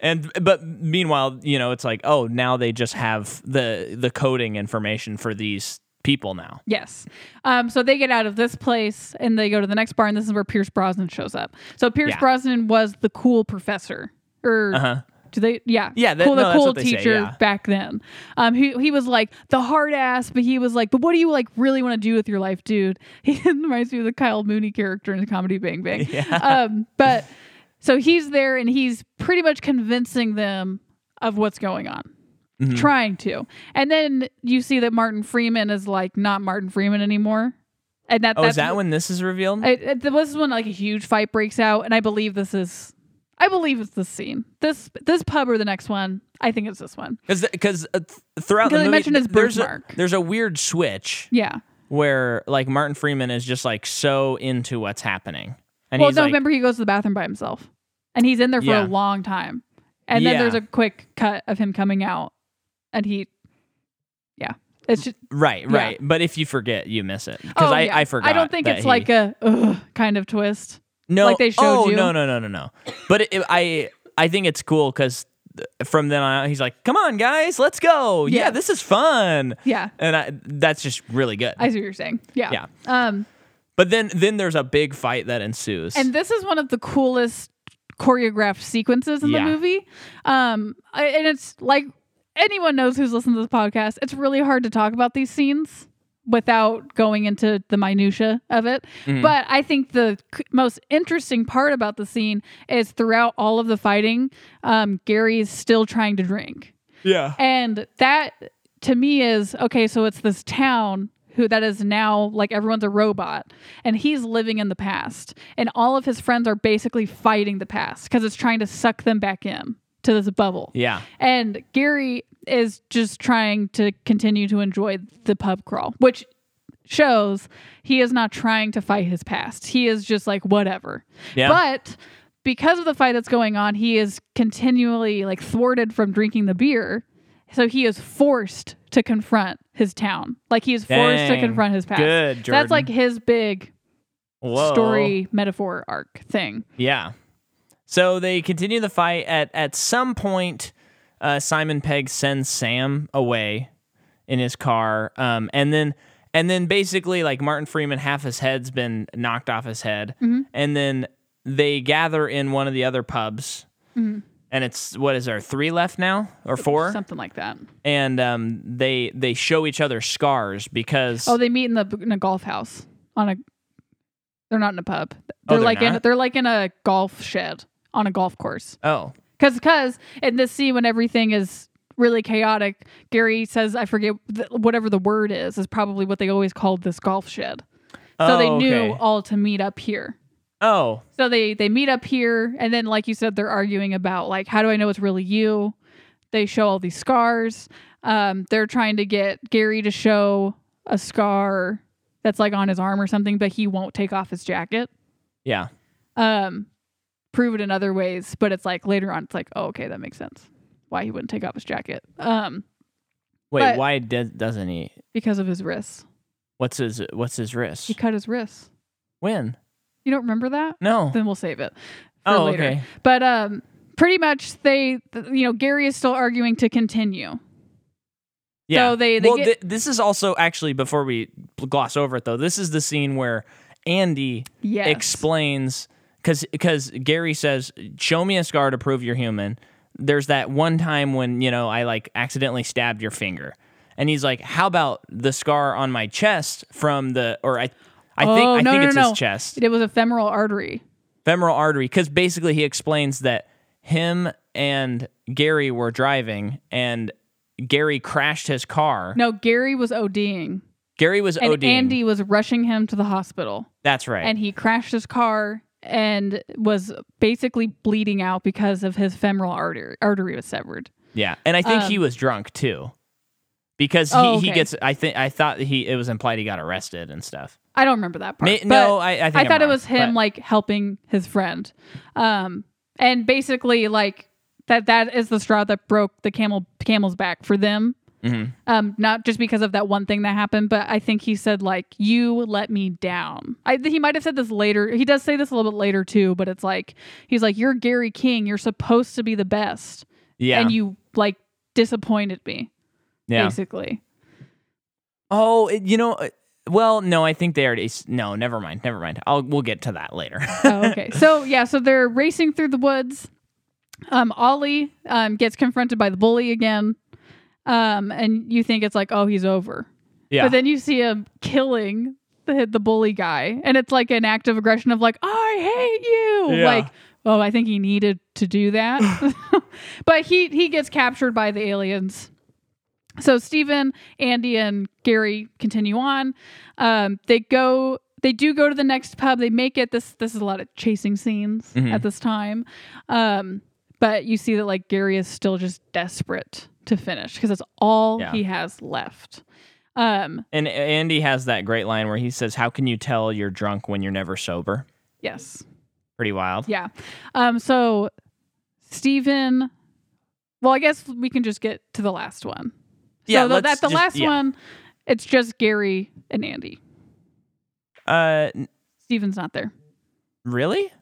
Speaker 1: And but meanwhile, you know, it's like, oh, now they just have the the coding information for these people now.
Speaker 2: Yes. Um, so they get out of this place and they go to the next bar, and this is where Pierce Brosnan shows up. So Pierce
Speaker 1: Yeah.
Speaker 2: Brosnan was the cool professor, or
Speaker 1: Uh-huh.
Speaker 2: do they? Yeah,
Speaker 1: Yeah, that-
Speaker 2: cool,
Speaker 1: no,
Speaker 2: the
Speaker 1: that's
Speaker 2: cool
Speaker 1: what they say,
Speaker 2: teacher
Speaker 1: yeah.
Speaker 2: back then. Um, he he was like the hard ass, but he was like, but what do you like really want to do with your life, dude? <laughs> He reminds me of the Kyle Mooney character in the comedy Bang
Speaker 1: <laughs>
Speaker 2: Bang. Um, but so he's there and he's pretty much convincing them of what's going on
Speaker 1: Mm-hmm.
Speaker 2: trying to. And then you see that Martin Freeman is like not Martin Freeman anymore. And that
Speaker 1: Oh,
Speaker 2: that's
Speaker 1: is that when this is revealed?
Speaker 2: it, it, this is when like a huge fight breaks out and I believe this is I believe it's this scene. This this pub or the next one. I think it's this one.
Speaker 1: Because because uh, th- throughout
Speaker 2: Because
Speaker 1: the
Speaker 2: they
Speaker 1: movie,
Speaker 2: mentioned his
Speaker 1: th- there's a,
Speaker 2: birthmark.
Speaker 1: there's a weird switch
Speaker 2: Yeah.
Speaker 1: where like Martin Freeman is just like so into what's happening, and
Speaker 2: well,
Speaker 1: he's
Speaker 2: no,
Speaker 1: like,
Speaker 2: remember he goes to the bathroom by himself. And he's in there for
Speaker 1: Yeah.
Speaker 2: a long time. And then
Speaker 1: Yeah.
Speaker 2: there's a quick cut of him coming out and he Yeah. It's just
Speaker 1: right,
Speaker 2: Yeah.
Speaker 1: right. But if you forget, you miss it. Because
Speaker 2: oh,
Speaker 1: Mm, I,
Speaker 2: yeah.
Speaker 1: I forgot.
Speaker 2: I don't think
Speaker 1: that
Speaker 2: it's
Speaker 1: he-
Speaker 2: like a ugh, kind of twist.
Speaker 1: No,
Speaker 2: Like they showed
Speaker 1: oh,
Speaker 2: you?
Speaker 1: No, no, no, no, no. But it, it- I, I think it's cool because from then on, he's like, "Come on, guys, let's go! Yeah,
Speaker 2: Yeah.
Speaker 1: this is fun."
Speaker 2: Yeah.
Speaker 1: and I, that's just really good.
Speaker 2: I see what you're saying. Yeah.
Speaker 1: Yeah.
Speaker 2: Um
Speaker 1: but then, then there's a big fight that ensues.
Speaker 2: And this is one of the coolest choreographed sequences in
Speaker 1: Yeah.
Speaker 2: the movie. Um, I- and it's like anyone knows who's listened to this podcast, it's really hard to talk about these scenes without going into the minutia of it. But I think the c- most interesting part about the scene is throughout all of the fighting, um, Gary's still trying to drink.
Speaker 1: Yeah.
Speaker 2: And that to me is okay, so it's this town who that is now like everyone's a robot and he's living in the past and all of his friends are basically fighting the past cuz it's trying to suck them back in to this bubble.
Speaker 1: Yeah.
Speaker 2: And Gary is just trying to continue to enjoy the pub crawl, which shows he is not trying to fight his past. He is just like, whatever.
Speaker 1: Yeah.
Speaker 2: But because of the fight that's going on, he is continually like thwarted from drinking the beer. So he is forced to confront his town. Like he is forced
Speaker 1: Dang.
Speaker 2: to confront his past.
Speaker 1: Good, Jordan.
Speaker 2: That's like his big
Speaker 1: Whoa.
Speaker 2: story metaphor arc thing.
Speaker 1: Yeah. So they continue the fight. At at some point, uh, Simon Pegg sends Sam away in his car, um, and then and then basically like Martin Freeman, half his head's been knocked off his head,
Speaker 2: Mm-hmm.
Speaker 1: and then they gather in one of the other pubs,
Speaker 2: Mm-hmm.
Speaker 1: and it's what is there three left now or four?
Speaker 2: Something like that.
Speaker 1: And um, they they show each other scars because
Speaker 2: Oh, they meet in the in a golf house on a. They're not in a pub. They're,
Speaker 1: Oh, they're
Speaker 2: like in
Speaker 1: not?
Speaker 2: they're like in a golf shed on a golf course.
Speaker 1: oh
Speaker 2: Because because in this scene when everything is really chaotic, Gary says I forget th- whatever the word is is probably what they always called this golf shed. So
Speaker 1: Oh,
Speaker 2: they knew
Speaker 1: okay.
Speaker 2: all to meet up here.
Speaker 1: oh
Speaker 2: So they they meet up here, and then like you said, they're arguing about like how do I know it's really you? They show all these scars. Um, they're trying to get Gary to show a scar that's like on his arm or something, but he won't take off his jacket.
Speaker 1: yeah
Speaker 2: Um, prove it in other ways, but it's like later on, it's like oh okay, that makes sense why he wouldn't take off his jacket. Um,
Speaker 1: wait
Speaker 2: But-
Speaker 1: why de- doesn't he
Speaker 2: because of his wrists,
Speaker 1: what's his what's his
Speaker 2: he
Speaker 1: wrist
Speaker 2: cut his wrists.
Speaker 1: when
Speaker 2: You don't remember that?
Speaker 1: no
Speaker 2: Then we'll save it. for
Speaker 1: oh
Speaker 2: later.
Speaker 1: okay
Speaker 2: But um, pretty much they, th- you know, Gary is still arguing to continue.
Speaker 1: Yeah.
Speaker 2: So they- they
Speaker 1: well,
Speaker 2: get-
Speaker 1: thi- this is also actually before we gloss over it though. This is the scene where Andy
Speaker 2: Yes.
Speaker 1: explains because because Gary says, "Show me a scar to prove you're human." There's that one time when you know I like accidentally stabbed your finger, and he's like, "How about the scar on my chest from the or I." I think
Speaker 2: Oh,
Speaker 1: I
Speaker 2: no,
Speaker 1: think
Speaker 2: no,
Speaker 1: it's
Speaker 2: no.
Speaker 1: his chest,
Speaker 2: it was a femoral artery.
Speaker 1: femoral artery, because basically he explains that him and Gary were driving, and Gary crashed his car.
Speaker 2: No, Gary was ODing,
Speaker 1: Gary was
Speaker 2: and
Speaker 1: ODing.
Speaker 2: Andy was rushing him to the hospital,
Speaker 1: That's right.
Speaker 2: and he crashed his car and was basically bleeding out because of his femoral artery artery was severed.
Speaker 1: yeah, and I think he was drunk too, because he,
Speaker 2: um, Oh,
Speaker 1: he
Speaker 2: okay.
Speaker 1: gets. I think I thought he it was implied he got arrested and stuff.
Speaker 2: I don't remember that part.
Speaker 1: May-
Speaker 2: but
Speaker 1: no, I- I think I'm
Speaker 2: thought
Speaker 1: wrong,
Speaker 2: it was him
Speaker 1: but-
Speaker 2: like helping his friend, um, and basically like that. That is the straw that broke the camel camel's back for them.
Speaker 1: mm-hmm.
Speaker 2: Um, not just because of that one thing that happened, but I think he said like you let me down. I he might have said this later. He does say this a little bit later too, but it's like he's like you're Gary King. You're supposed to be the best,
Speaker 1: Yeah,
Speaker 2: and you like disappointed me.
Speaker 1: yeah.
Speaker 2: Basically,
Speaker 1: Oh, it- you know. uh, Well, no, I think they already. s- No, never mind. Never mind. I'll we'll get to that later. <laughs>
Speaker 2: oh, okay. <laughs> So yeah, so they're racing through the woods. Um, Ollie um, gets confronted by the bully again, um, and you think it's like, oh, he's over.
Speaker 1: yeah,
Speaker 2: But then you see him killing the the bully guy, and it's like an act of aggression of like, I hate you.
Speaker 1: Yeah.
Speaker 2: Like, oh, I think he needed to do
Speaker 1: <laughs>
Speaker 2: that. but he he gets captured by the aliens. So Stephen, Andy, and Gary continue on. Um, they go. They do go to the next pub. They make it. This this is a lot of chasing scenes
Speaker 1: Mhm.
Speaker 2: at this time. Um, but you see that like Gary is still just desperate to finish because that's all
Speaker 1: Yeah.
Speaker 2: he has left. Um,
Speaker 1: and Andy has that great line where he says, "How can you tell you're drunk when you're never sober?"
Speaker 2: yes.
Speaker 1: Pretty wild.
Speaker 2: Yeah. Um, so Stephen, well, I guess we can just get to the last one. so
Speaker 1: let's
Speaker 2: at the
Speaker 1: just-
Speaker 2: last
Speaker 1: yeah.
Speaker 2: one, it's just Gary and Andy.
Speaker 1: Uh, n-
Speaker 2: Steven's not there.
Speaker 1: really?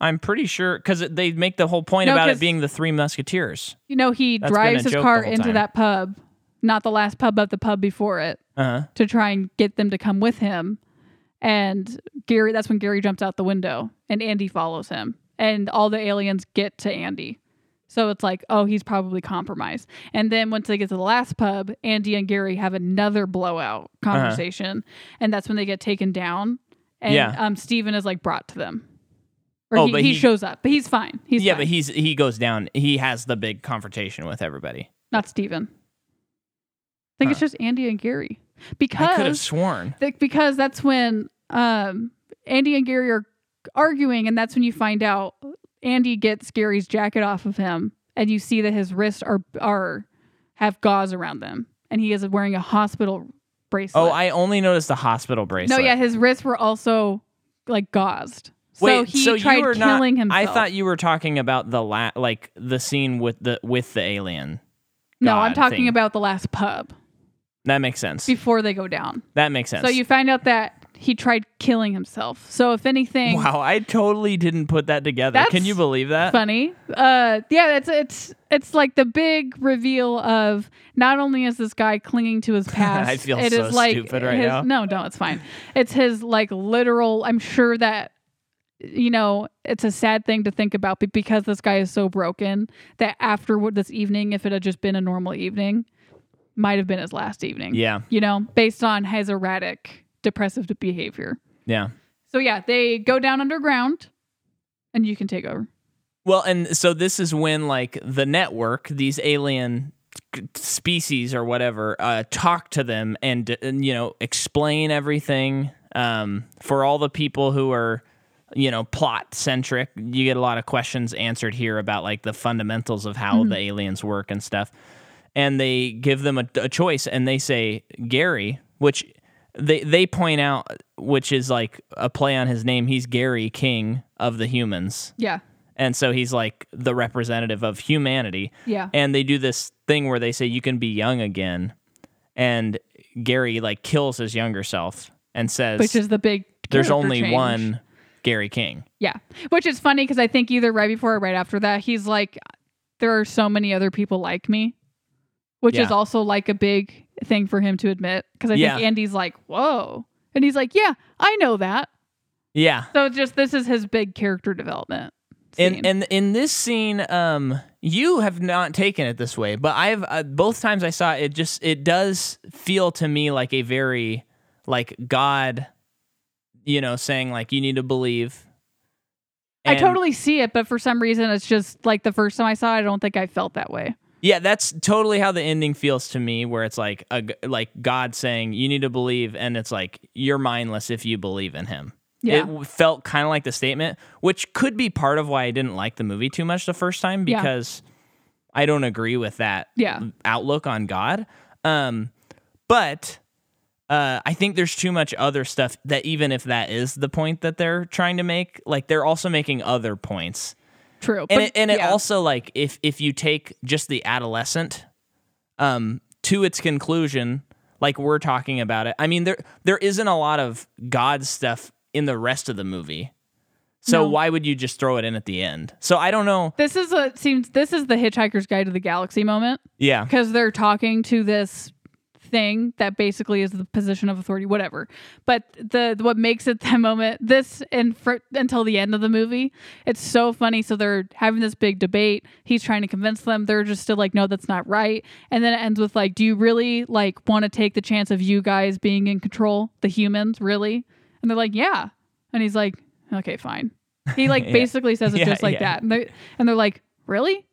Speaker 1: I'm pretty sure because they make the whole point
Speaker 2: No,
Speaker 1: about it
Speaker 2: 'cause-
Speaker 1: being the Three Musketeers.
Speaker 2: You know, he
Speaker 1: That's been a
Speaker 2: drives his
Speaker 1: joke
Speaker 2: car
Speaker 1: the whole
Speaker 2: into
Speaker 1: time.
Speaker 2: that pub, not the last pub, but the pub before it,
Speaker 1: Uh huh.
Speaker 2: to try and get them to come with him. And Gary, that's when Gary jumps out the window and Andy follows him. And all the aliens get to Andy. So it's like, oh, he's probably compromised. And then once they get to the last pub, Andy and Gary have another blowout
Speaker 1: Uh-huh.
Speaker 2: conversation, and that's when they get taken down. And
Speaker 1: Yeah.
Speaker 2: um, Steven is like brought to them. Or
Speaker 1: Oh,
Speaker 2: he,
Speaker 1: but
Speaker 2: he,
Speaker 1: he-
Speaker 2: shows up, but he's fine. He's
Speaker 1: yeah,
Speaker 2: fine.
Speaker 1: but he's he goes down. He has the big confrontation with everybody.
Speaker 2: not Steven. I think it's just Andy and
Speaker 1: I
Speaker 2: Gary
Speaker 1: could have
Speaker 2: because
Speaker 1: sworn.
Speaker 2: th- because that's when um, Andy and Gary are arguing, and that's when you find out Andy gets Gary's jacket off of him, and you see that his wrists are are have gauze around them, and he is wearing a hospital bracelet.
Speaker 1: Oh, I only noticed the hospital bracelet.
Speaker 2: no, yeah, his wrists were also like gauzed. so
Speaker 1: Wait,
Speaker 2: he
Speaker 1: so
Speaker 2: tried
Speaker 1: you were not,
Speaker 2: killing himself.
Speaker 1: I thought you were talking about the la- like the scene with the with the alien.
Speaker 2: no, I'm
Speaker 1: God
Speaker 2: talking
Speaker 1: thing.
Speaker 2: about the last pub
Speaker 1: That makes sense.
Speaker 2: before they go down.
Speaker 1: That makes sense.
Speaker 2: So you find out that he tried killing himself. So if anything,
Speaker 1: Wow, I totally didn't put that together.
Speaker 2: That's
Speaker 1: Can you believe that?
Speaker 2: funny. Uh, yeah, it's it's it's like the big reveal of not only is this guy clinging
Speaker 1: <laughs>
Speaker 2: to his past,
Speaker 1: I feel
Speaker 2: it
Speaker 1: so
Speaker 2: is like
Speaker 1: stupid right
Speaker 2: his-
Speaker 1: now.
Speaker 2: No, no, it's fine. It's his like literal. I'm sure that you know it's a sad thing to think about, but because this guy is so broken that after what this evening, if it had just been a normal evening, might have been his last evening.
Speaker 1: Yeah,
Speaker 2: you know, based on his erratic, depressive behavior.
Speaker 1: yeah.
Speaker 2: So yeah, they go down underground, and you can take over.
Speaker 1: Well, and so this is when like the network, these alien c- species or whatever, uh, talk to them and, and you know explain everything. Um, for all the people who are, you know, plot centric, you get a lot of questions answered here about like the fundamentals of how the aliens work and stuff. And they give them a, a choice, and they say Gary, which they they point out, which is like a play on his name. He's Gary King of the humans.
Speaker 2: Yeah.
Speaker 1: And so he's like the representative of humanity.
Speaker 2: Yeah.
Speaker 1: And they do this thing where they say you can be young again. And Gary like kills his younger self and says
Speaker 2: Which is the big
Speaker 1: there's
Speaker 2: character
Speaker 1: only
Speaker 2: change.
Speaker 1: one Gary King.
Speaker 2: Yeah. Which is funny because I think either right before or right after that, he's like, there are so many other people like me, which is
Speaker 1: Yeah.
Speaker 2: also like a big thing for him to admit. Because I
Speaker 1: Yeah.
Speaker 2: think Andy's like, whoa. And he's like, yeah, I know that.
Speaker 1: Yeah.
Speaker 2: So it's just this is his big character development. Scene.
Speaker 1: And and in this scene um you have not taken it this way, but I've uh, both times I saw it, it just it does feel to me like a very like God you know saying like you need to believe.
Speaker 2: I
Speaker 1: And-
Speaker 2: totally see it, but for some reason, it's just like the first time I saw it, I don't think I felt that way.
Speaker 1: Yeah, that's totally how the ending feels to me, where it's like a, g- like God saying you need to believe, and it's like you're mindless if you believe in Him.
Speaker 2: Yeah.
Speaker 1: It w- felt kind of like the statement, which could be part of why I didn't like the movie too much the first time
Speaker 2: Yeah.
Speaker 1: because I don't agree with that
Speaker 2: Yeah.
Speaker 1: outlook on God. Um, but uh, I think there's too much other stuff that even if that is the point that they're trying to make, like they're also making other points
Speaker 2: True.
Speaker 1: and
Speaker 2: but-
Speaker 1: it, and it
Speaker 2: yeah.
Speaker 1: also like if if you take just the adolescent um to its conclusion like we're talking about it i mean there there isn't a lot of god stuff in the rest of the movie so
Speaker 2: No.
Speaker 1: why would you just throw it in at the end so i don't know
Speaker 2: This is a seems this is the Hitchhiker's Guide to the Galaxy moment
Speaker 1: yeah
Speaker 2: because they're talking to this thing that basically is the position of authority, whatever. But the what makes it <laughs> that moment this and fr- until the end of the movie, it's so funny. So they're having this big debate. He's trying to convince them. They're just still like, no, that's not right. And then it ends with like, do you really like want to take the chance of you guys being in control, the humans, really? And they're like, yeah. And he's like, okay, fine.
Speaker 1: <laughs>
Speaker 2: He like
Speaker 1: Yeah.
Speaker 2: basically says it
Speaker 1: Yeah,
Speaker 2: just like
Speaker 1: yeah.
Speaker 2: that. And they and they're like, really?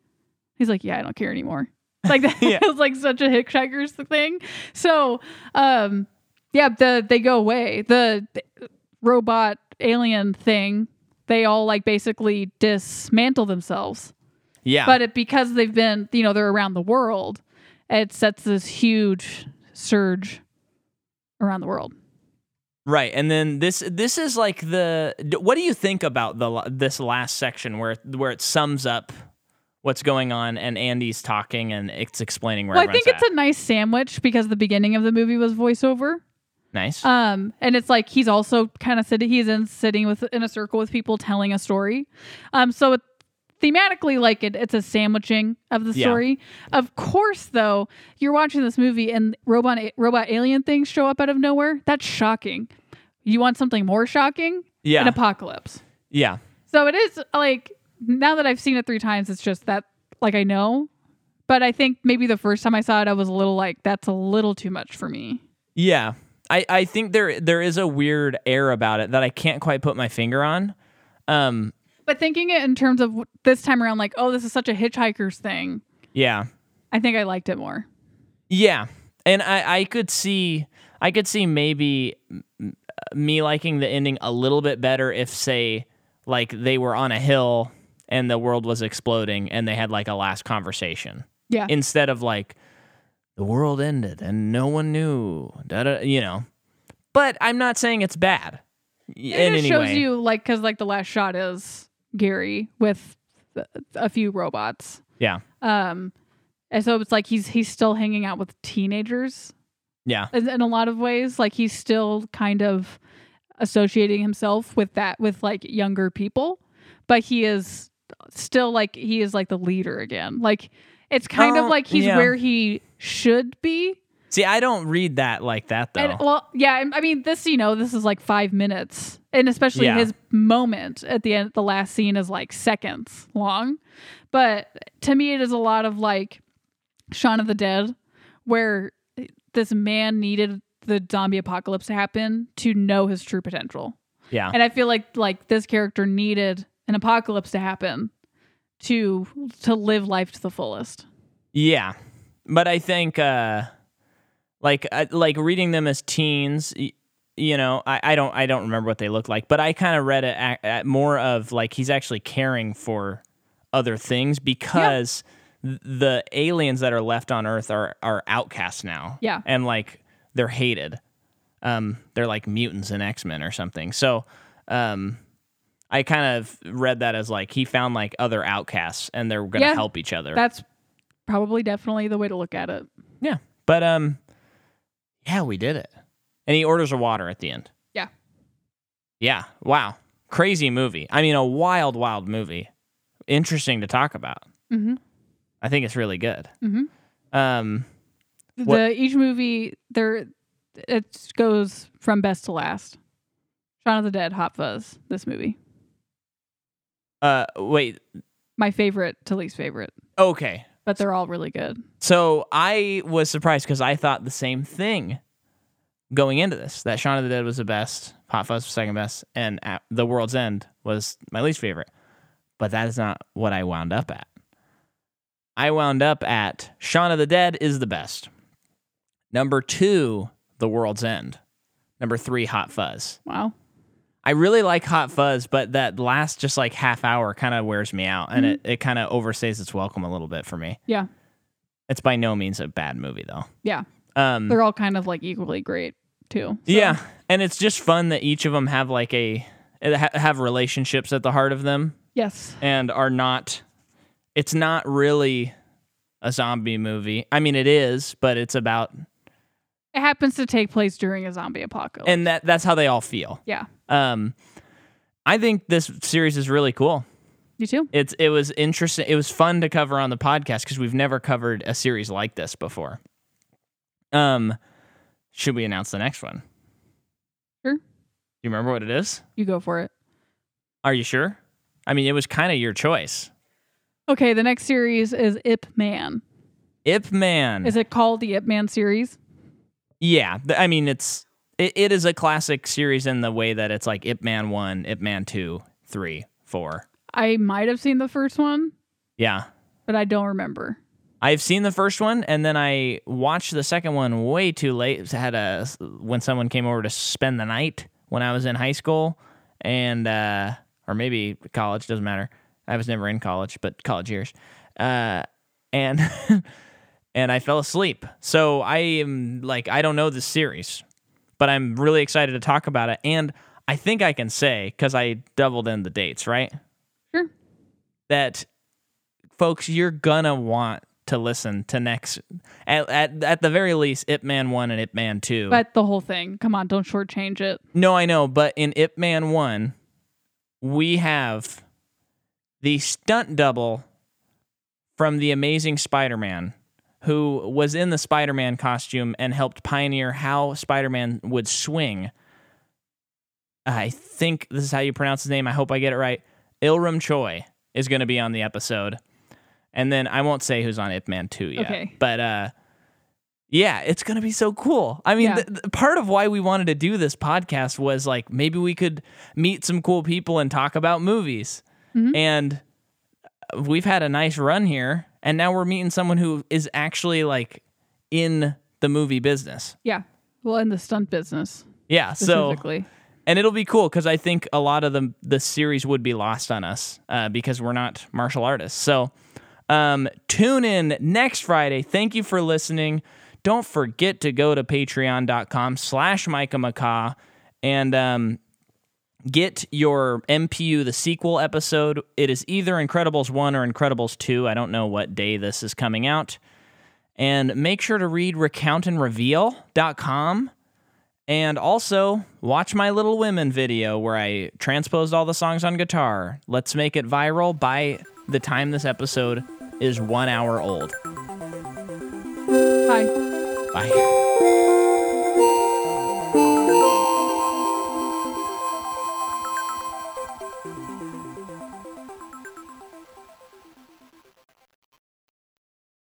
Speaker 2: He's like, yeah, I don't care anymore. <laughs> Like
Speaker 1: <laughs>
Speaker 2: that
Speaker 1: Yeah.
Speaker 2: was like such a hitchhiker's thing. So, um, yeah, the they go away. The, the robot alien thing, they all like basically dismantle themselves.
Speaker 1: yeah
Speaker 2: But it because they've been, you know, they're around the world, it sets this huge surge around the world.
Speaker 1: right and then this this is like the d- what do you think about the la- this last section where where it sums up what's going on and andy's talking and it's explaining where
Speaker 2: Well, I
Speaker 1: everyone's
Speaker 2: think it's
Speaker 1: at.
Speaker 2: a nice sandwich because the beginning of the movie was voiceover.
Speaker 1: nice
Speaker 2: Um, and it's like he's also kind of sitting. He's in sitting with in a circle with people telling a story. Um, so it, thematically, like it, it's a sandwiching of the
Speaker 1: Yeah.
Speaker 2: story. Of course, though, you're watching this movie and robot robot alien things show up out of nowhere. That's shocking. You want something more shocking?
Speaker 1: yeah
Speaker 2: An apocalypse.
Speaker 1: yeah
Speaker 2: So it is like now that I've seen it three times, it's just that like I know, but I think maybe the first time I saw it, I was a little like, that's a little too much for me.
Speaker 1: Yeah. I, I think there there is a weird air about it that I can't quite put my finger on. Um,
Speaker 2: But thinking it in terms of this time around, like, oh, this is such a hitchhiker's thing,
Speaker 1: yeah.
Speaker 2: I think I liked it more.
Speaker 1: Yeah, and I I could see I could see maybe m- m- me liking the ending a little bit better if say like they were on a hill and the world was exploding and they had like a last conversation
Speaker 2: Yeah.
Speaker 1: instead of like the world ended and no one knew da, da, you know. But I'm not saying it's bad.
Speaker 2: it
Speaker 1: in
Speaker 2: just
Speaker 1: any
Speaker 2: shows
Speaker 1: way.
Speaker 2: you, like, because, like, the last shot is Gary with th- a few robots.
Speaker 1: yeah.
Speaker 2: Um, and so it's like he's he's still hanging out with teenagers
Speaker 1: Yeah.
Speaker 2: in, in a lot of ways. Like he's still kind of associating himself with that with like younger people, but he is still like he is like the leader again. Like it's kind
Speaker 1: Oh,
Speaker 2: of like he's
Speaker 1: yeah.
Speaker 2: where he should be.
Speaker 1: See, I don't read that like that though.
Speaker 2: And well, yeah, I- I mean this, you know, this is like 5 minutes. And especially
Speaker 1: Yeah.
Speaker 2: his moment at the end the last scene is like seconds long. But to me it is a lot of like Shaun of the Dead where this man needed the zombie apocalypse to happen to know his true potential.
Speaker 1: yeah.
Speaker 2: And I feel like like this character needed an apocalypse to happen to to live life to the fullest.
Speaker 1: Yeah, but I think uh, like I, like reading them as teens, y- you know, I, I don't I don't remember what they look like, but I kind of read it at, at more of like he's actually caring for other things because th- the aliens that are left on Earth are are outcasts now.
Speaker 2: Yeah.
Speaker 1: and like they're hated. Um, they're like mutants in X Men or something. So, um. I kind of read that as like he found like other outcasts and they're going to
Speaker 2: Yeah.
Speaker 1: help each other.
Speaker 2: That's probably definitely the way to look at it.
Speaker 1: Yeah. But um yeah, we did it. And he orders a water at the end.
Speaker 2: Yeah.
Speaker 1: Yeah. Wow. Crazy movie. I mean a wild wild movie. Interesting to talk about.
Speaker 2: Mhm.
Speaker 1: I think it's really good.
Speaker 2: Mhm.
Speaker 1: Um What-
Speaker 2: The each movie there it goes from best to last. Shaun of the Dead, Hot Fuzz, this movie.
Speaker 1: uh wait.
Speaker 2: My favorite to least favorite,
Speaker 1: Okay.
Speaker 2: but they're all really good.
Speaker 1: So I was surprised cuz I thought the same thing going into this that Shaun of the Dead was the best, Hot Fuzz was second best, and at The World's End was my least favorite. But that is not what I wound up at. I wound up at Shaun of the Dead is the best. Number two, The World's End. Number three, Hot Fuzz.
Speaker 2: Wow.
Speaker 1: I really like Hot Fuzz, but that last just like half hour kind of wears me out and it, it kind of overstays its welcome a little bit for me.
Speaker 2: Yeah.
Speaker 1: It's by no means a bad movie though.
Speaker 2: Yeah.
Speaker 1: Um,
Speaker 2: They're all kind of like equally great too. So,
Speaker 1: Yeah, and it's just fun that each of them have like a ha- have relationships at the heart of them
Speaker 2: Yes.
Speaker 1: and are not. It's not really a zombie movie. I mean, it is, but it's about
Speaker 2: It happens to take place during a zombie apocalypse.
Speaker 1: and that that's how they all feel.
Speaker 2: yeah.
Speaker 1: Um, I think this series is really cool.
Speaker 2: You too.
Speaker 1: It's it was interesting. It was fun to cover on the podcast because we've never covered a series like this before. Um, should we announce the next one?
Speaker 2: Sure.
Speaker 1: Do you remember what it is?
Speaker 2: You go for it.
Speaker 1: Are you sure? I mean, it was kind of your choice.
Speaker 2: Okay, the next series is Ip Man.
Speaker 1: Ip Man.
Speaker 2: Is it called the Ip Man series?
Speaker 1: yeah, th- I mean, it's it, it is a classic series in the way that it's like Ip Man one, Ip Man two, three, four.
Speaker 2: I might have seen the first one,
Speaker 1: Yeah,
Speaker 2: but I don't remember.
Speaker 1: I've seen the first one, and then I watched the second one way too late. Had a when someone came over to spend the night when I was in high school, and uh, or maybe college doesn't matter. I was never in college, but college years, uh, and <laughs> and I fell asleep. So I am like I don't know this series, but I'm really excited to talk about it, and I think I can say because I doubled in the dates, right?
Speaker 2: Sure.
Speaker 1: that folks you're gonna want to listen to next at, at, at the very least ip man 1 and ip man 2
Speaker 2: But the whole thing. Come on, don't shortchange it.
Speaker 1: no i know but in ip man 1 we have the stunt double from the amazing spider-man who was in the spider-man costume and helped pioneer how spider-man would swing i think this is how you pronounce his name i hope i get it right ilram choi is going to be on the episode And then I won't say who's on Ip Man 2 yet.
Speaker 2: Okay.
Speaker 1: But uh yeah, it's going to be so cool. I mean,
Speaker 2: Yeah.
Speaker 1: th- th- part of why we wanted to do this podcast was like maybe we could meet some cool people and talk about movies. And uh, we've had a nice run here and now we're meeting someone who is actually like in the movie business.
Speaker 2: Yeah. Well, in the stunt business
Speaker 1: Yeah, so
Speaker 2: specifically.
Speaker 1: and it'll be cool because I think a lot of the the series would be lost on us uh, because we're not martial artists. So um, tune in next Friday. Thank you for listening. Don't forget to go to patreon.com slash Micah McCaw and um, get your MPU, the sequel episode. It is either Incredibles 1 or Incredibles 2. I don't know what day this is coming out. And make sure to read recountandreveal.com. And also, watch my Little Women video where I transposed all the songs on guitar. Let's make it viral by the time this episode is one hour old.
Speaker 2: Hi.
Speaker 1: Bye.